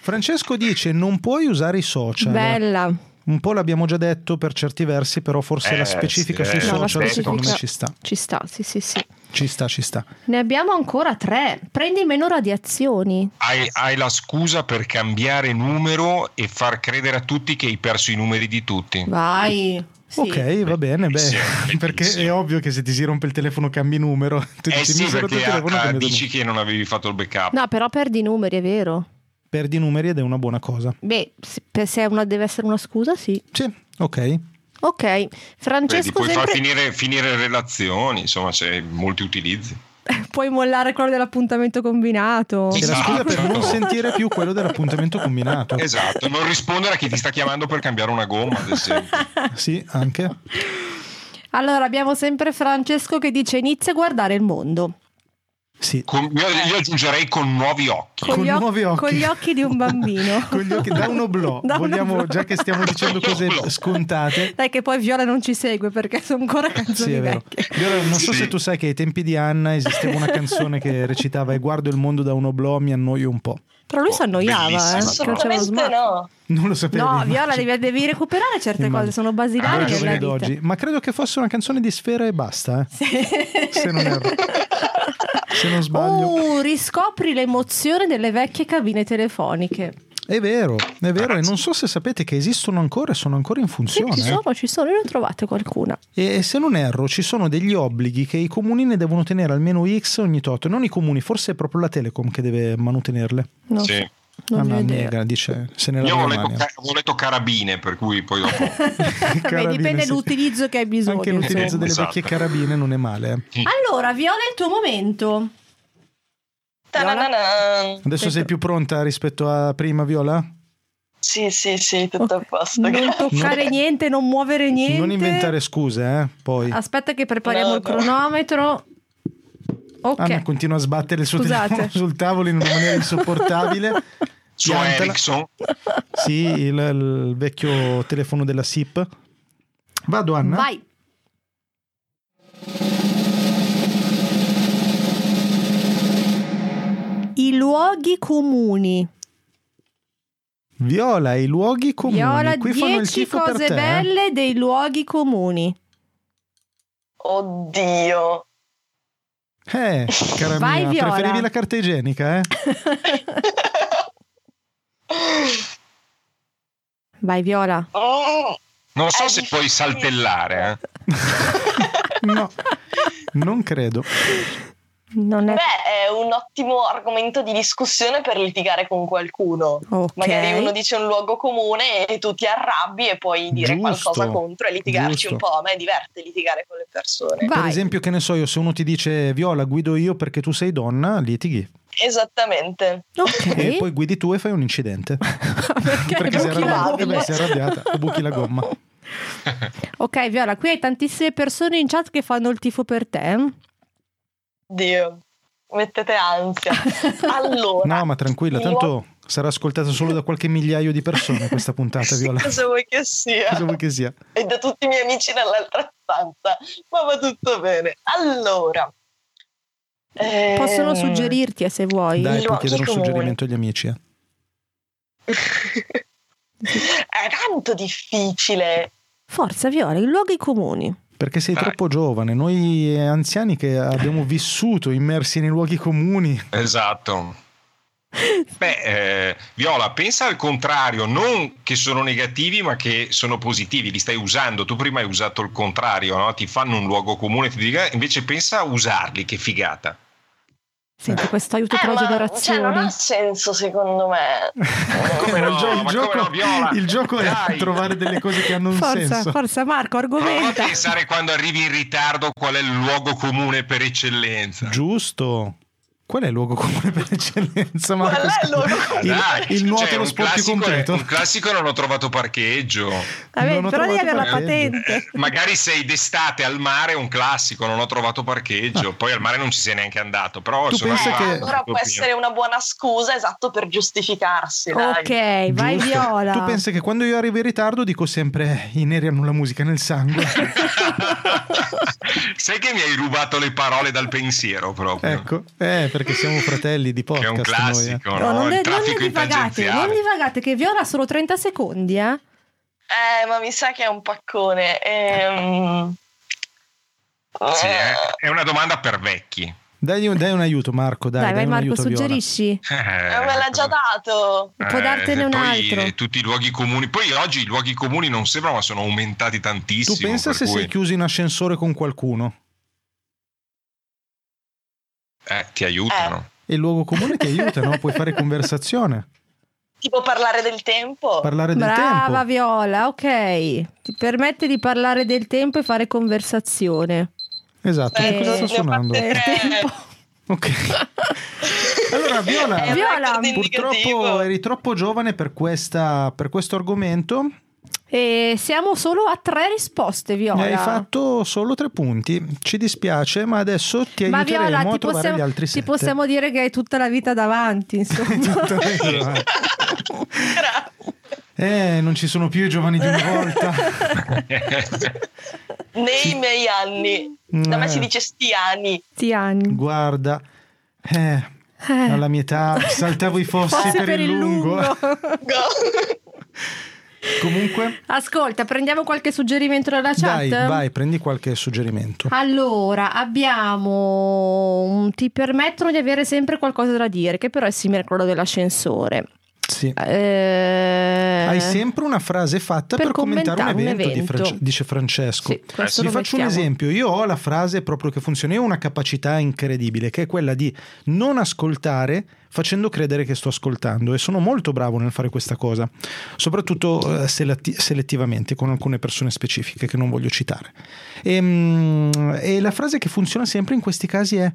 Francesco dice non puoi usare i social. Bella. Un po' l'abbiamo già detto per certi versi, però forse Eh, la specifica sì, sui eh, No, la social certo secondo me specifica- ci sta. Ci sta, sì, sì, sì. Ci sta, ci sta. Ne abbiamo ancora tre. Prendi meno radiazioni. Ah, Hai, hai la scusa per cambiare numero e far credere a tutti che hai perso i numeri di tutti. Vai. Sì. Ok, va bene, beh, Bellissimo, [laughs] perché è bellissimo. ovvio che se ti si rompe il telefono cambi numero. Tu Eh dici, sì, "Mi si è rotto il perché ah, telefono, ah, cambio dici che non avevi fatto il backup. No, però perdi i numeri, è vero. numero". Perdi i numeri ed è una buona cosa. Beh, se se è una, deve essere una scusa, sì. Sì, ok. Ok, Vedi, Francesco Cioè, puoi far sempre... finire, finire relazioni, insomma, c'è molti utilizzi. Puoi mollare quello dell'appuntamento combinato. Che la Esatto, scusa per non [laughs] esatto. sentire più quello dell'appuntamento [laughs] combinato. Esatto, non rispondere a chi ti sta chiamando per cambiare una gomma, ad esempio. Sì, anche. Allora, abbiamo sempre Francesco che dice inizia a guardare il mondo. Sì. Con- io, Eh. io aggiungerei con nuovi occhi. Con, Con gli, oc- nuovi occhi. con gli occhi [laughs] di un bambino. Con gli occhi da un [laughs] oblò. Da un Vogliamo, oblò. già che stiamo [laughs] dicendo cose Oblò. scontate. Dai che poi Viola non ci segue perché sono ancora canzoni Sì, è vero. vecchie. Io ora non so Sì. se tu sai che ai tempi di Anna esisteva una canzone che recitava E guardo il mondo da un oblò, mi annoio un po'. Però lui Oh, si annoiava, eh. perché bellissima non c'era lo Assolutamente smartphone. no. Non lo sapevi. No, ma- Viola, devi, devi recuperare certe Immagino. cose, sono basilari Ai Ah, dare nella giovani vita. d'oggi. Ma credo che fosse una canzone di Sfera e basta. eh. Se [laughs] non erro. Se non sbaglio. Oh, riscopri l'emozione delle vecchie cabine telefoniche. È vero, è vero. E non so se sapete che esistono ancora e sono ancora in Sì, funzione. ci eh. sono, ci sono, io ne ho trovate qualcuna. E se non erro, ci sono degli obblighi che i comuni ne devono tenere almeno X ogni tot. Non i comuni, forse è proprio la Telecom che deve manutenerle. Non Sì. so, non Ah, ne ho ma idea. [laughs] nega, dice, se ne Io lava ho le [laughs] letto, mani. ca- ho letto carabine, per cui [laughs] poi dopo... Beh, Carabine, dipende sì. dall'utilizzo che hai bisogno. Anche l'utilizzo insomma. delle Esatto. vecchie carabine non è male. eh. Allora, Viola, il tuo momento. Ta-na-na-na. Adesso sei più pronta rispetto a prima, Viola? Sì, sì, sì, tutto a posto. [laughs] Non toccare niente, non muovere niente. Ah, Non inventare scuse, eh? Poi Aspetta che prepariamo No, il no. cronometro. Ok. Anna continua a sbattere il suo Scusate. [laughs] telefono sul tavolo in una maniera insopportabile. Su Piantala. Ericsson. Sì, il, il vecchio telefono della SIP. Vado Anna. Vai. I luoghi comuni. Viola, i luoghi comuni. Viola, Qui fanno il 10 tifo per cose te. eh? belle dei luoghi comuni. [laughs] Oddio. [laughs] Eh, cara Vai, mia, Viola. preferivi la carta igienica, eh? [laughs] Vai Viola. Mm. Non so È Eh, se difficile. puoi saltellare. eh. [laughs] No, non credo. Non è... Beh, è un ottimo argomento di discussione per litigare con qualcuno. Ok. Magari uno dice un luogo comune e tu ti arrabbi e puoi dire Giusto, qualcosa contro e litigarci giusto. un po'. A me diverte litigare con le persone. Vai. Per esempio, che ne so io, se uno ti dice Viola, guido io perché tu sei donna, litighi. Esattamente. Ok. [laughs] [laughs] E poi guidi tu e fai un incidente. Perché perché si è buchi la arrabbiata, gomma. eh beh, si è arrabbiata, buchi [laughs] la gomma. Ok Viola, qui hai tantissime persone in chat che fanno il tifo per te. eh? Dio. Mettete ansia. Ah, Allora. No, ma tranquilla, i tanto sarà ascoltata solo da qualche migliaio di persone questa [laughs] puntata, Viola. Cosa vuoi che sia? Cosa vuoi che sia? e da tutti i miei amici nell'altra stanza, ma va tutto bene. Allora, ehm, Possono suggerirti eh, se vuoi. Dai, Lo- puoi chiedere un comune. suggerimento agli amici. eh. è tanto difficile. Forza Viola, i luoghi comuni. Perché sei Dai. troppo giovane. Noi anziani che abbiamo vissuto immersi nei luoghi comuni. Esatto. Beh, eh, Viola, pensa al contrario, non che sono negativi, ma che sono positivi, li stai usando. Tu prima hai usato il contrario, no? ti fanno un luogo comune, ti dica, invece pensa a usarli, che figata. Senti, questo aiuto Eh, tra ma, cioè, non generazioni. ha senso secondo me. Come [laughs] no, il, gio- il ma gioco, come no, Viola? il gioco è Dai. trovare delle cose che hanno un Forza, senso. forza Marco, Prova a argomenta. pensare quando arrivi in ritardo qual è il luogo comune per eccellenza. Giusto. Qual è il luogo comune per eccellenza? Marco? Qual è il luogo Scusa. comune? Il, Dai, il nuoto cioè, è lo un sport più classico è- completo. un classico è non ho trovato parcheggio. Vabbè, Non ho però devi trovato avere la parcheggio. patente. Magari sei d'estate al mare, un classico, non ho trovato parcheggio, poi al mare non ci sei neanche andato, però Tu sono pensa arrivato, che- tutto Allora Eh, può pieno. essere una buona scusa, esatto, per giustificarsi. dai. Ok, vai Giusto. Viola. Tu pensi che quando io arrivo in ritardo dico sempre "Eh, i neri hanno la musica nel [laughs] sangue. [laughs] Sai che mi hai rubato le parole dal pensiero proprio. ecco, eh, perché siamo fratelli di Che è podcast. un classico, Noi, eh. No, non, no? Il ne, non ne traffico divagate, non intangenziale. divagate, che Viola ha solo 30 secondi, eh? Eh, ma mi sa che è un paccone. Ehm, Sì, eh, è, è una domanda per vecchi. Eh, Dai, un- dai un aiuto Marco, dai, Dai, dai vai un Marco, aiuto, Viola. suggerisci. Eh, me l'ha già dato. Può dartene eh, un poi, altro. eh, Tutti i luoghi comuni. Poi oggi i luoghi comuni non sembrano, ma sono aumentati Tu tantissimo. pensa per se cui- sei chiuso in ascensore con qualcuno? eh, ti aiutano. E il luogo comune ti aiuta, no? Puoi fare conversazione, Tipo parlare del tempo. parlare del Brava tempo. Viola, ok. Ti permette di parlare del tempo e fare conversazione. Esatto, Eh, che cosa ne sta ho suonando? fatte Il Eh. tempo. [laughs] Ok. Allora, Viola, Eh, Viola, record indicativo. purtroppo eri troppo giovane per, questa, per questo argomento. E Eh, siamo solo a tre risposte, Viola. Ne hai fatto solo tre punti. Ci dispiace, ma adesso ti Ma aiuteremo Viola, a ti trovare gli possiamo, altri ti sette. [laughs] possiamo [laughs] dire che hai tutta la vita davanti, insomma. [laughs] eh, non ci sono più i giovani di [laughs] una volta. Eh. [laughs] Nei miei anni. Da me Eh. si dice sti anni. Ti anni. Guarda, eh, alla mia età saltavo i fossi, Forse per, il lungo. [laughs] Comunque, Ascolta, prendiamo qualche suggerimento dalla chat. dai, vai, prendi qualche suggerimento. Allora, abbiamo un ti permettono di avere sempre qualcosa da dire, che però è simile a quello dell'ascensore. Sì. Eh, Hai sempre una frase fatta per, per commentare un evento, commentare un di Fran- evento. dice Francesco. Sì, questo Vi lo faccio un mettiamo. esempio, io ho la frase proprio che funziona, io ho una capacità incredibile che è quella di non ascoltare facendo credere che sto ascoltando e sono molto bravo nel fare questa cosa, soprattutto eh, selati- selettivamente con alcune persone specifiche che non voglio citare. E, mm, e la frase che funziona sempre in questi casi è...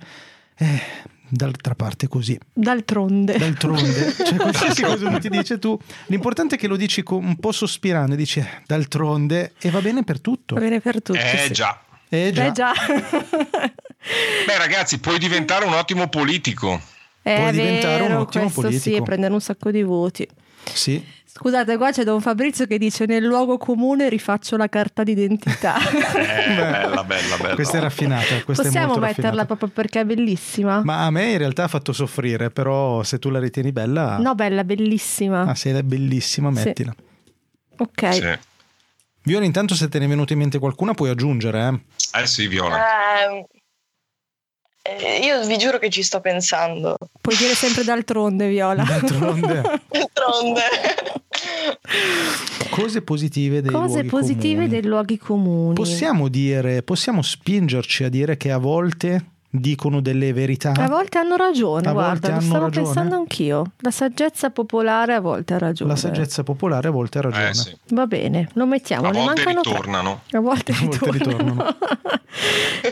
"Eh, D'altra parte è così, D'altronde. [laughs] d'altronde, cioè qualsiasi cosa uno ti dice tu, l'importante è che lo dici con- un po' sospirando, e dici "Eh, d'altronde e va bene per tutto. Va bene per tutti. Eh sì. già. Eh già. [laughs] Eh già. Beh ragazzi, puoi diventare un ottimo politico. È Può diventare un vero, ottimo questo sì, politico. e prendere un sacco di voti. Sì. Scusate, qua c'è Don Fabrizio che dice nel luogo comune rifaccio la carta [laughs] d'identità. Eh, bella, bella, bella. Questa è raffinata. Questa Possiamo è molto metterla raffinata. proprio perché è bellissima? Ma a me in realtà ha fatto soffrire, però se tu la ritieni bella... No, bella, bellissima. Ah, se è bellissima, Sì. mettila. ok. Sì. Viola, intanto se te ne è venuta in mente qualcuna puoi aggiungere, eh. Eh sì, Ah, Viola. Ehm, eh, io vi giuro che ci sto pensando. Puoi dire sempre d'altronde, Viola. [laughs] D'altronde. [laughs] D'altronde. Cose positive dei Cose luoghi positive comuni. dei luoghi comuni. Possiamo dire, possiamo spingerci a dire che a volte dicono delle verità. A volte hanno ragione, A volte guarda, lo hanno stavo ragione. pensando anch'io. La saggezza popolare a volte ha ragione. La saggezza popolare a volte ha ragione. Eh, sì. Va bene, lo mettiamo. A ne volte mancano tre. ritornano. A volte A volte ritornano. [laughs]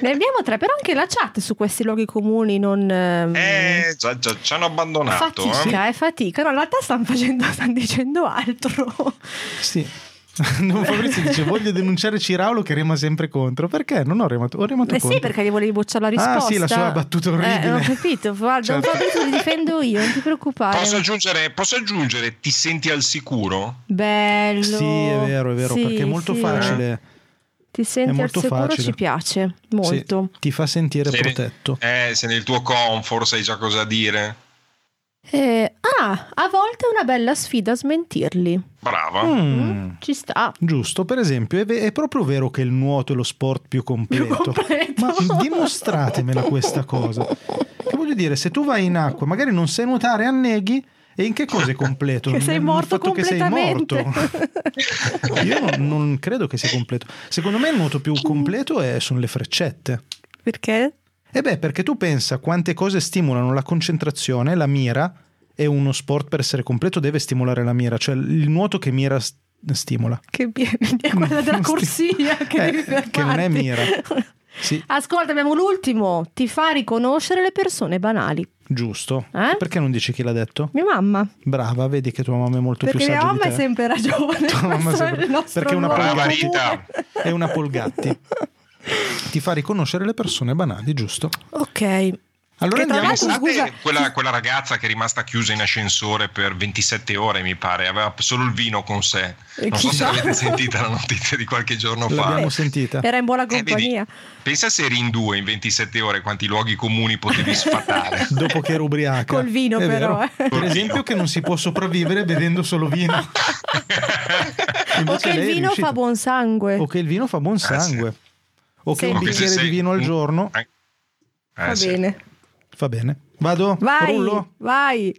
ne abbiamo tre, però anche la chat su questi luoghi comuni non... ehm, Eh, già, già, ci hanno abbandonato. eh. Fatica, è fatica. No, in realtà stanno facendo, stanno dicendo altro. Sì. [laughs] Don Fabrizio dice voglio denunciare Ciraulo che rema sempre contro. Perché? Non ho remato, ho remato Eh contro. sì, perché gli volevi bocciare la Ah, risposta. sì, la sua battuta orribile. Eh, ho capito, guarda, Certo. un po' adesso li difendo io, non ti preoccupare. Posso aggiungere, posso aggiungere, ti senti al sicuro? Bello. Sì, è vero, è vero, Sì, perché è molto sì. Eh, facile. Ti senti al molto sicuro, facile. ci piace Sì, molto. ti fa sentire Se ne- protetto. Eh, se nel tuo comfort sai già cosa dire. Eh, ah, a volte è una bella sfida smentirli. Brava. Mm, Ci sta. Ah, Giusto, per esempio, è, ve- è proprio vero che il nuoto è lo sport più completo. completo. Ma dimostratemela questa cosa. Che voglio dire, se tu vai in acqua, magari non sai nuotare, anneghi. E in che cosa è completo? Che sei Nel morto fatto che sei completamente. morto. Io non, non credo che sia completo. Secondo me il nuoto [laughs] più completo è- sono le freccette. [laughs] Perché? E beh, perché tu pensa quante cose stimolano la concentrazione, la mira, e uno sport per essere completo deve stimolare la mira, cioè il nuoto che mira st- stimola. Che bene, è quella della Sti- corsia che Eh, devi fermarti. che non è mira. Sì, [laughs] Ascolta, abbiamo l'ultimo. Ti fa riconoscere le persone banali. giusto. Eh? Perché non dici chi l'ha detto? Mia mamma. Brava, vedi che tua mamma è molto Perché più mia saggia di mamma te. è sempre ragione. [laughs] Tua mamma questo è sempre- il nostro perché è una luogo brava comune. Rita. È una Polgatti. Ti fa riconoscere le persone banali, giusto? [laughs] Ok. Allora Che tra andiamo l'altro, con- Pensate, scusa- quella, quella ragazza che è rimasta chiusa in ascensore per 27 ore, mi pare, aveva solo il vino con sé. E Non so se chissà. [laughs] l'avete sentita la notizia di qualche giorno fa. L'abbiamo sentita. Era in buona Eh, vedi, compagnia. pensa se eri in due in 27 ore quanti luoghi comuni potevi sfatare. [laughs] Dopo che era ubriaca. Col vino, È però, vero. eh. Per esempio che non si può sopravvivere vedendo [laughs] solo vino. o Invece che il lei è vino riuscita. fa buon sangue. O che il vino fa buon sangue. O Eh. che Sì. un Ok, se bicchiere sei di vino al un- giorno Eh, eh, Va sì. bene. fa bene. Vado? Vai, Rullo? vai.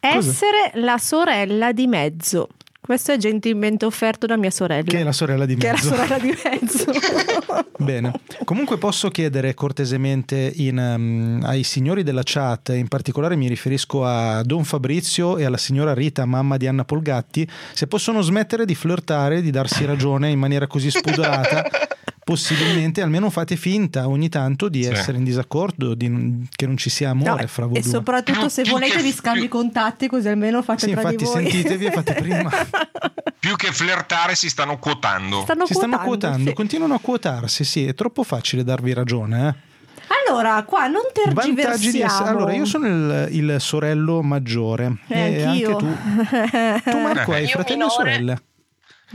Essere la sorella di mezzo. Questo è gentilmente offerto da mia sorella. Che è la sorella di Che è la mezzo. sorella di mezzo. [laughs] Bene. Comunque posso chiedere cortesemente in, um, ai signori della chat, in particolare mi riferisco a Don Fabrizio e alla signora Rita, mamma di Anna Polgatti, se possono smettere di flirtare, [laughs] di darsi ragione in maniera così spudorata. Possibilmente, almeno fate finta ogni tanto di Sì. essere in disaccordo, di- che non ci sia amore No, fra voi e due. soprattutto se volete vi scambi i contatti così almeno fate Sì, tra infatti di voi. sentitevi e fate prima. Più che flirtare si stanno quotando. [laughs] Stanno Si stanno quotando, quotando, sì. continuano a quotarsi, sì, è troppo facile darvi ragione. Eh? Allora, qua non Vantaggi di tergiversiamo. essere. Allora, io sono il, il sorello maggiore Eh, e anch'io. anche tu. Tu [laughs] Marco hai Io fratelli e minore. sorelle.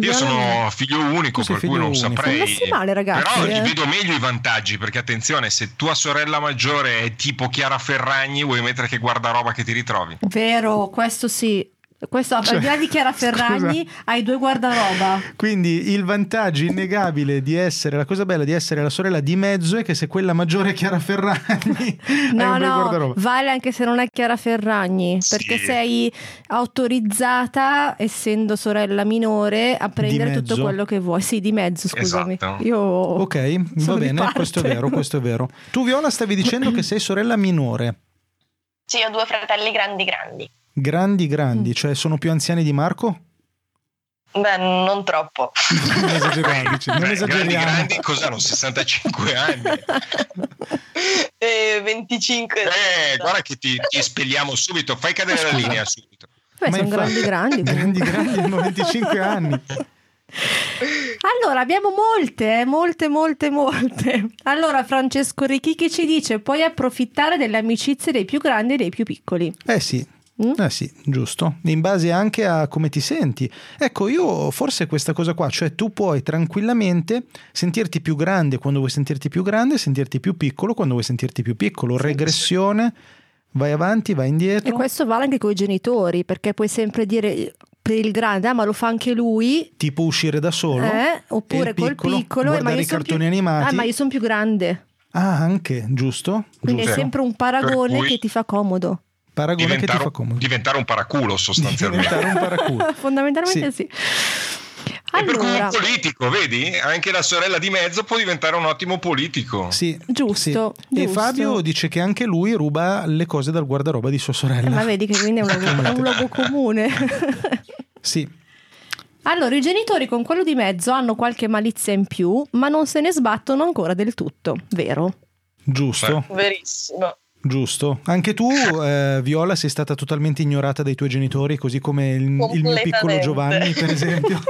Io Veramente. sono figlio unico, Tu sei per cui figlio non unico. saprei. Sono messi male, ragazzi, Però eh. vedo meglio i vantaggi, perché attenzione, se tua sorella maggiore è tipo Chiara Ferragni, vuoi mettere che guardaroba che ti ritrovi? Vero, questo sì. Questo al Cioè, di là di Chiara [laughs] scusa. Ferragni hai due guardaroba. Quindi il vantaggio innegabile di essere, la cosa bella di essere la sorella di mezzo è che se quella maggiore è Chiara Ferragni, [laughs] hai un No, bel no, guardaroba. vale anche se non è Chiara Ferragni, Sì. perché sei autorizzata, essendo sorella minore, a prendere mezzo? tutto quello che vuoi. Sì, di mezzo, scusami. Esatto. Io Ok, va sono di bene, parte. questo è vero, questo è vero. Tu Viola stavi dicendo che sei sorella minore, Sì, ho due fratelli grandi grandi. grandi Mm. grandi, cioè sono più anziani di Marco? Beh, [laughs] non troppo. Non esageriamo, dici, non Beh, grandi, esageriamo. grandi, cosa [laughs] hanno? 65 anni. [laughs] Eh, 25. Eh, guarda che ti, ti espelliamo subito, fai cadere la linea subito. Beh, Ma sono infatti- grandi grandi. grandi comunque. grandi hanno 25 anni. Allora, abbiamo molte, eh, molte, molte, molte. Allora, Francesco Richichi ci dice: puoi approfittare delle amicizie dei più grandi e dei più piccoli. Eh sì. Mm? Eh sì, giusto. In base anche a come ti senti. Ecco, io forse questa cosa qua, cioè tu puoi tranquillamente sentirti più grande quando vuoi sentirti più grande, sentirti più piccolo quando vuoi sentirti più piccolo. Regressione, vai avanti, vai E indietro. questo vale anche con i genitori, perché puoi sempre dire per il grande, ah, ma lo fa anche lui. Tipo uscire da solo. eh? E Oppure il col piccolo, piccolo, eh, ma guardare io i son più- cartoni animati. Ah, ma io sono più grande. Ah, anche, giusto? Quindi è Giusto. sempre un paragone Per cui- che ti fa comodo. Paragone che ti diventare, fa comodo. diventare un paraculo sostanzialmente. Diventare un [laughs] paraculo. Fondamentalmente sì. E per cui un Allora, politico, vedi? Anche la sorella di mezzo può diventare un ottimo politico. Sì, Giusto, sì. E giusto. Fabio dice che anche lui ruba le cose dal guardaroba di sua eh, sorella. ma vedi che quindi è un luogo, è un luogo comune. Sì, [laughs] allora, i genitori con quello di mezzo hanno qualche malizia in più, ma non se ne sbattono ancora del tutto, vero? giusto, Verissimo. giusto. Anche tu, eh, Viola, sei stata totalmente ignorata dai tuoi genitori, così come il, il mio piccolo Completamente. Giovanni, [laughs] per esempio.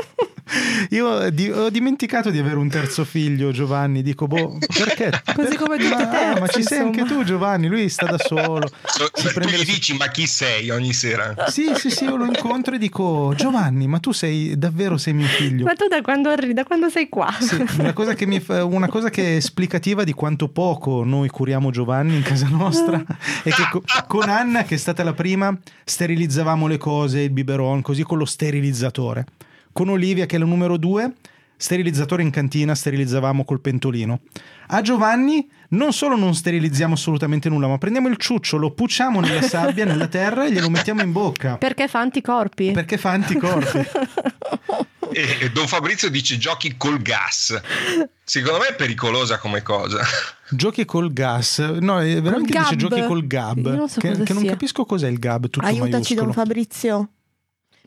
Io di- ho dimenticato di avere un terzo figlio, Giovanni. Dico, boh, perché? [laughs] Così come tutti ma, i terzi, ma ci sei insomma. anche tu, Giovanni. Lui sta da solo. So- cioè, si tu prende gli le- dici ma chi sei ogni sera? Sì, sì, sì, io lo incontro e dico: Giovanni, ma tu sei davvero sei mio figlio? Ma tu da quando, arri- da quando sei qua? Sì, una cosa, che mi fa- una cosa che è esplicativa di quanto poco noi curiamo Giovanni in casa nostra è che co- con Anna, che è stata la prima, sterilizzavamo le cose, il biberon, così con lo sterilizzatore. Con Olivia, che è la numero due, sterilizzatore in cantina, sterilizzavamo col pentolino. A Giovanni non solo non sterilizziamo assolutamente nulla, ma prendiamo il ciuccio, lo pucciamo nella sabbia, nella terra e glielo mettiamo in [laughs] bocca. Perché fa anticorpi? Perché fa [laughs] anticorpi. E, e Don Fabrizio dice giochi col gas. Secondo me è pericolosa come cosa. Giochi col gas, no, eh, veramente Col gab. dice giochi col gab, Io non so che, cosa che non sia. capisco cos'è il gab tutto Aiutaci, maiuscolo. Don Fabrizio.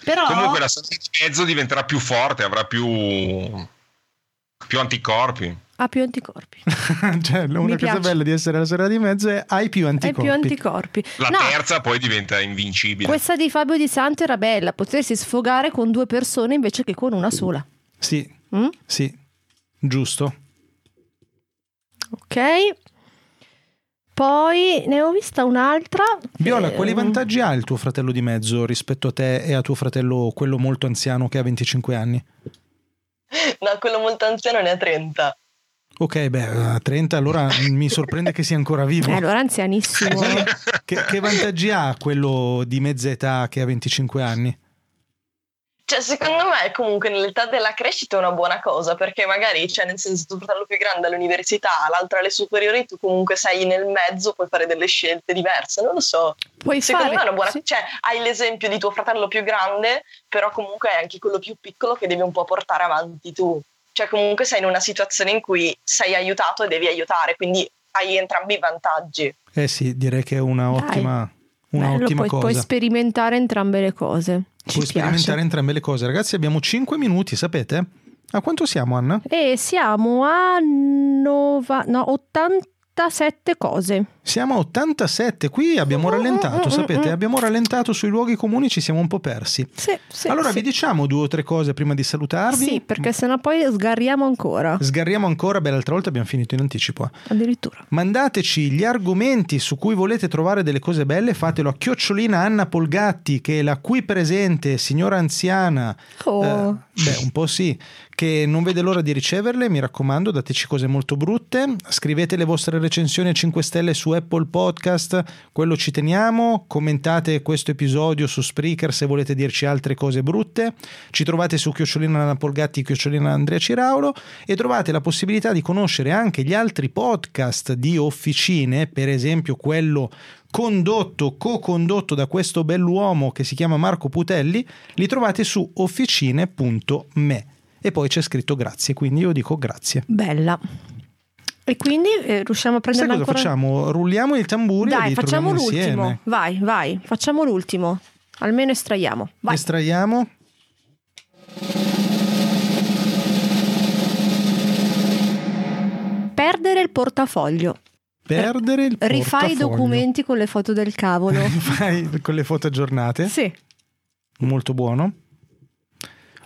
Però Comunque la sorella di mezzo diventerà più forte, avrà più, più anticorpi. ha più anticorpi. [laughs] Cioè, una cosa piace. bella di essere la sorella di mezzo è hai più Hai anticorpi. più anticorpi. La No, terza poi diventa invincibile. [laughs] questa di Fabio Di Santo era bella, potersi sfogare con due persone invece che con una sola. Sì, Mm? sì, giusto. Ok. Poi ne ho vista un'altra. Viola, Eh, quali vantaggi ha il tuo fratello di mezzo rispetto a te e a tuo fratello, quello molto anziano che ha 25 anni? No, quello molto anziano ne ha 30. Ok, beh, a 30 allora [laughs] mi sorprende che sia ancora vivo. Eh, allora anzianissimo. Che, che vantaggi ha quello di mezza età che ha 25 anni? Cioè, secondo me, comunque, nell'età della crescita è una buona cosa, perché magari, cioè, nel senso, tuo fratello più grande all'università, l'altro alle superiori, tu comunque sei nel mezzo, puoi fare delle scelte diverse, non lo so. Puoi Secondo fare. me è una buona sì. cioè, hai l'esempio di tuo fratello più grande, però comunque è anche quello più piccolo che devi un po' portare avanti tu. Cioè, comunque sei in una situazione in cui sei aiutato e devi aiutare, quindi hai entrambi i vantaggi. Eh sì, direi che è una Dai. ottima, una Bello, ottima puoi, cosa. puoi sperimentare entrambe le cose. Ci Puoi sperimentare piace. entrambe le cose. Ragazzi, abbiamo 5 minuti, sapete? A quanto siamo, Anna? E siamo a nova- no, 87 cose. Siamo a 87. Qui Mm, abbiamo rallentato, sapete? Abbiamo rallentato sui luoghi comuni, ci siamo un po' persi. Sì, sì, allora, sì. vi Mm. diciamo due o tre cose prima di salutarvi. Sì, perché sennò poi sgarriamo ancora. Sgarriamo ancora, beh, l'altra volta abbiamo finito in anticipo. eh. Addirittura. Mandateci gli argomenti su cui volete trovare delle cose belle, fatelo a chiocciolina Anna Polgatti, che è la qui presente signora anziana Oh. Eh, beh, un po' sì, che non vede l'ora di riceverle, mi raccomando, dateci cose molto brutte, scrivete le vostre recensioni a 5 stelle su Apple Podcast, quello ci teniamo, commentate questo episodio su Spreaker se volete dirci altre cose brutte, ci trovate su Chiocciolina Napolgatti, Chiocciolina Andrea Ciraulo e trovate la possibilità di conoscere anche gli altri podcast di Officine, per esempio quello condotto, co-condotto da questo bell'uomo che si chiama Marco Putelli, li trovate su officine.me. E poi c'è scritto grazie, quindi io dico grazie. Bella. E quindi eh, riusciamo a Sai prenderla cosa ancora? facciamo? Rulliamo il tamburi e Dai, li facciamo troviamo l'ultimo. insieme. Vai, vai, facciamo l'ultimo. Almeno estraiamo. Vai. Estraiamo. Perdere il portafoglio. Perdere il Rifai i portafoglio. [laughs] documenti con le foto del cavolo. Fai con le foto aggiornate. sì. Molto buono.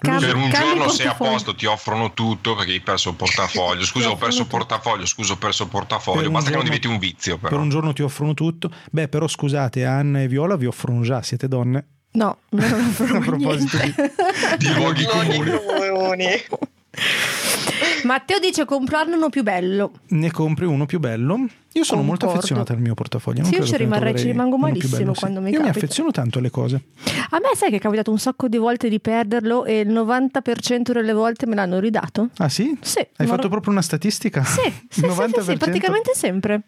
Cam- per un cambi giorno sei a portafoglio. posto, ti offrono tutto perché hai perso il portafoglio. Scusa, ho perso il portafoglio. Scusa, ho perso il Per portafoglio. un Basta che non giorno- diventi un vizio, Per però. un giorno ti offrono tutto. Beh, però scusate, Anna e Viola vi offrono già, [laughs] siete donne. No, me non offro A proposito di- niente. Di luoghi comuni. comuni. [laughs] Matteo dice comprarne uno più bello. Ne compri uno più bello. Io sono molto Concordo. affezionato al mio portafoglio. Non Sì, io ci credo che ne rimarrei- ci troverei rimango uno più malissimo bello, sì. quando mi Io mi capita. affeziono tanto alle cose. A me sai che è capitato un sacco di volte di perderlo e il 90% delle volte me l'hanno ridato? Ah sì? Sì. ma- Hai fatto proprio una statistica? [laughs] Sì, sì, sì, sì, 90%? sì, praticamente sempre.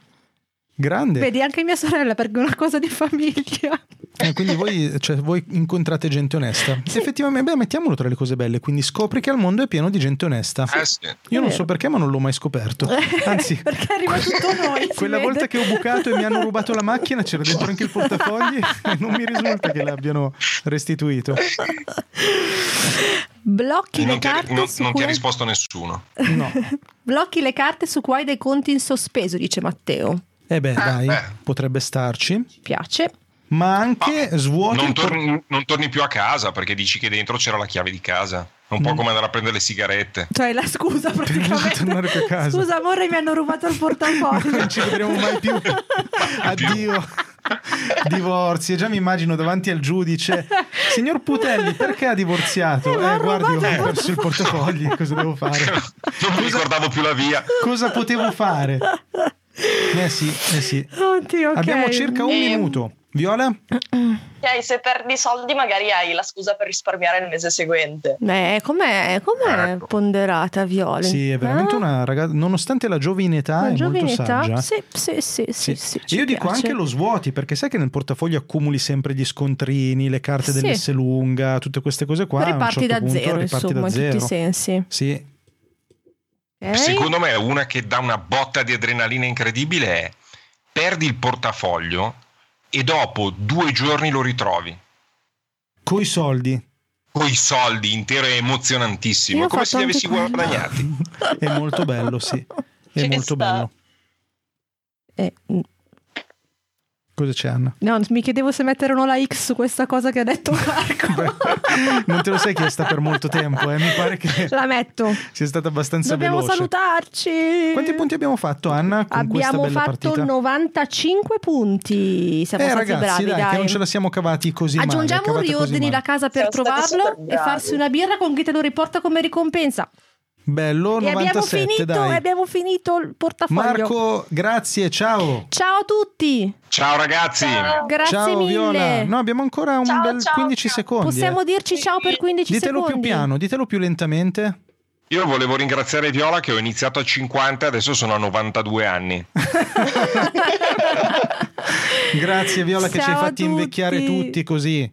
Grande. Vedi anche mia sorella perché è una cosa di famiglia. Eh, quindi voi, cioè, voi incontrate gente [laughs] onesta. Effettivamente, beh, mettiamolo tra le cose belle. Quindi scopri che al mondo è pieno di gente onesta. Eh sì. Io non vero. so perché, ma non l'ho [laughs] mai scoperto. [laughs] Anzi, perché arriva [laughs] tutto a noi. si quella vede. volta che ho bucato e mi hanno rubato la macchina c'era dentro anche il portafogli [laughs] e non mi risulta che l'abbiano restituito. Blocchi le Eh, Non ti, ha- carte non- su non ti ha cui- risposto nessuno. No. Blocchi le carte su cui hai dei conti in sospeso, dice Matteo. Eh beh, dai, eh. potrebbe starci. Piace. Ma anche svuoti Non il por- torni, non torni più a casa perché dici che dentro c'era la chiave di casa. È un po' come andare a prendere le sigarette. Cioè la scusa non tornare più a praticamente. casa. Scusa amore, mi hanno rubato il [laughs] portafoglio. non ci vedremo mai più. Addio. Divorzi, e già mi immagino davanti al giudice, signor Putelli, perché ha divorziato? Eh, ma Eh, ha guardi, ho rubato il perso il portafogli, cosa devo fare? [laughs] Non mi ricordavo più la via. Cosa potevo fare? Eh sì, eh sì. Oddio, ok. Eh, Abbiamo circa un Ehm. minuto. Viola? Ok, se perdi soldi magari hai la scusa per risparmiare il mese seguente. Eh, com'è, com'è Ecco. ponderata Viola? Sì, è veramente Eh? una ragazza, nonostante la giovine età, Una è giovane molto età? saggia. Sì, sì, sì, sì, Sì. sì, E ci Io dico piace. anche lo svuoti, perché sai che nel portafoglio accumuli sempre gli scontrini, le carte Sì. dell'S lunga, tutte queste cose qua. a un riparti certo da punto zero, riparti da insomma, in zero. tutti i sensi. Sì, Ok? Secondo me una che dà una botta di adrenalina incredibile è perdi il portafoglio e dopo due giorni lo ritrovi. coi soldi. Coi soldi intero è emozionantissimo, Io è ho come se fatto li avessi anche quello. guadagnati. È molto [laughs] bello, sì. È Ci molto sta. bello. Eh, Cosa c'è Anna? [laughs] no, mi chiedevo se metterono la X su questa cosa che ha detto Marco. Non te lo sei chiesta per molto tempo, eh? mi pare che La metto. sia stata abbastanza Dobbiamo veloce. salutarci. Quanti punti abbiamo fatto Anna con questa Abbiamo bella fatto partita? 95 punti. Siamo eh stati ragazzi, bravi, dai, che dai. non ce la siamo cavati così male, Aggiungiamo un cavate così riordini male. la casa per Siamo stati trovarlo super e bravi. farsi una birra con chi te lo riporta come ricompensa. Bello, e abbiamo 97, finito, dai. e abbiamo finito il portafoglio. Marco, grazie, ciao. Ciao a tutti, Ciao ragazzi, Ciao. grazie ciao mille. Viola. No, abbiamo ancora un Ciao, bel ciao, 15 ciao. secondi. Possiamo eh. dirci ciao per 15 Ditelo secondi. più piano, ditelo [laughs] più lentamente. io volevo ringraziare Viola che ho iniziato a 50 adesso sono a 92 anni. Grazie Viola che ci Ciao hai a fatti invecchiare tutti. tutti così.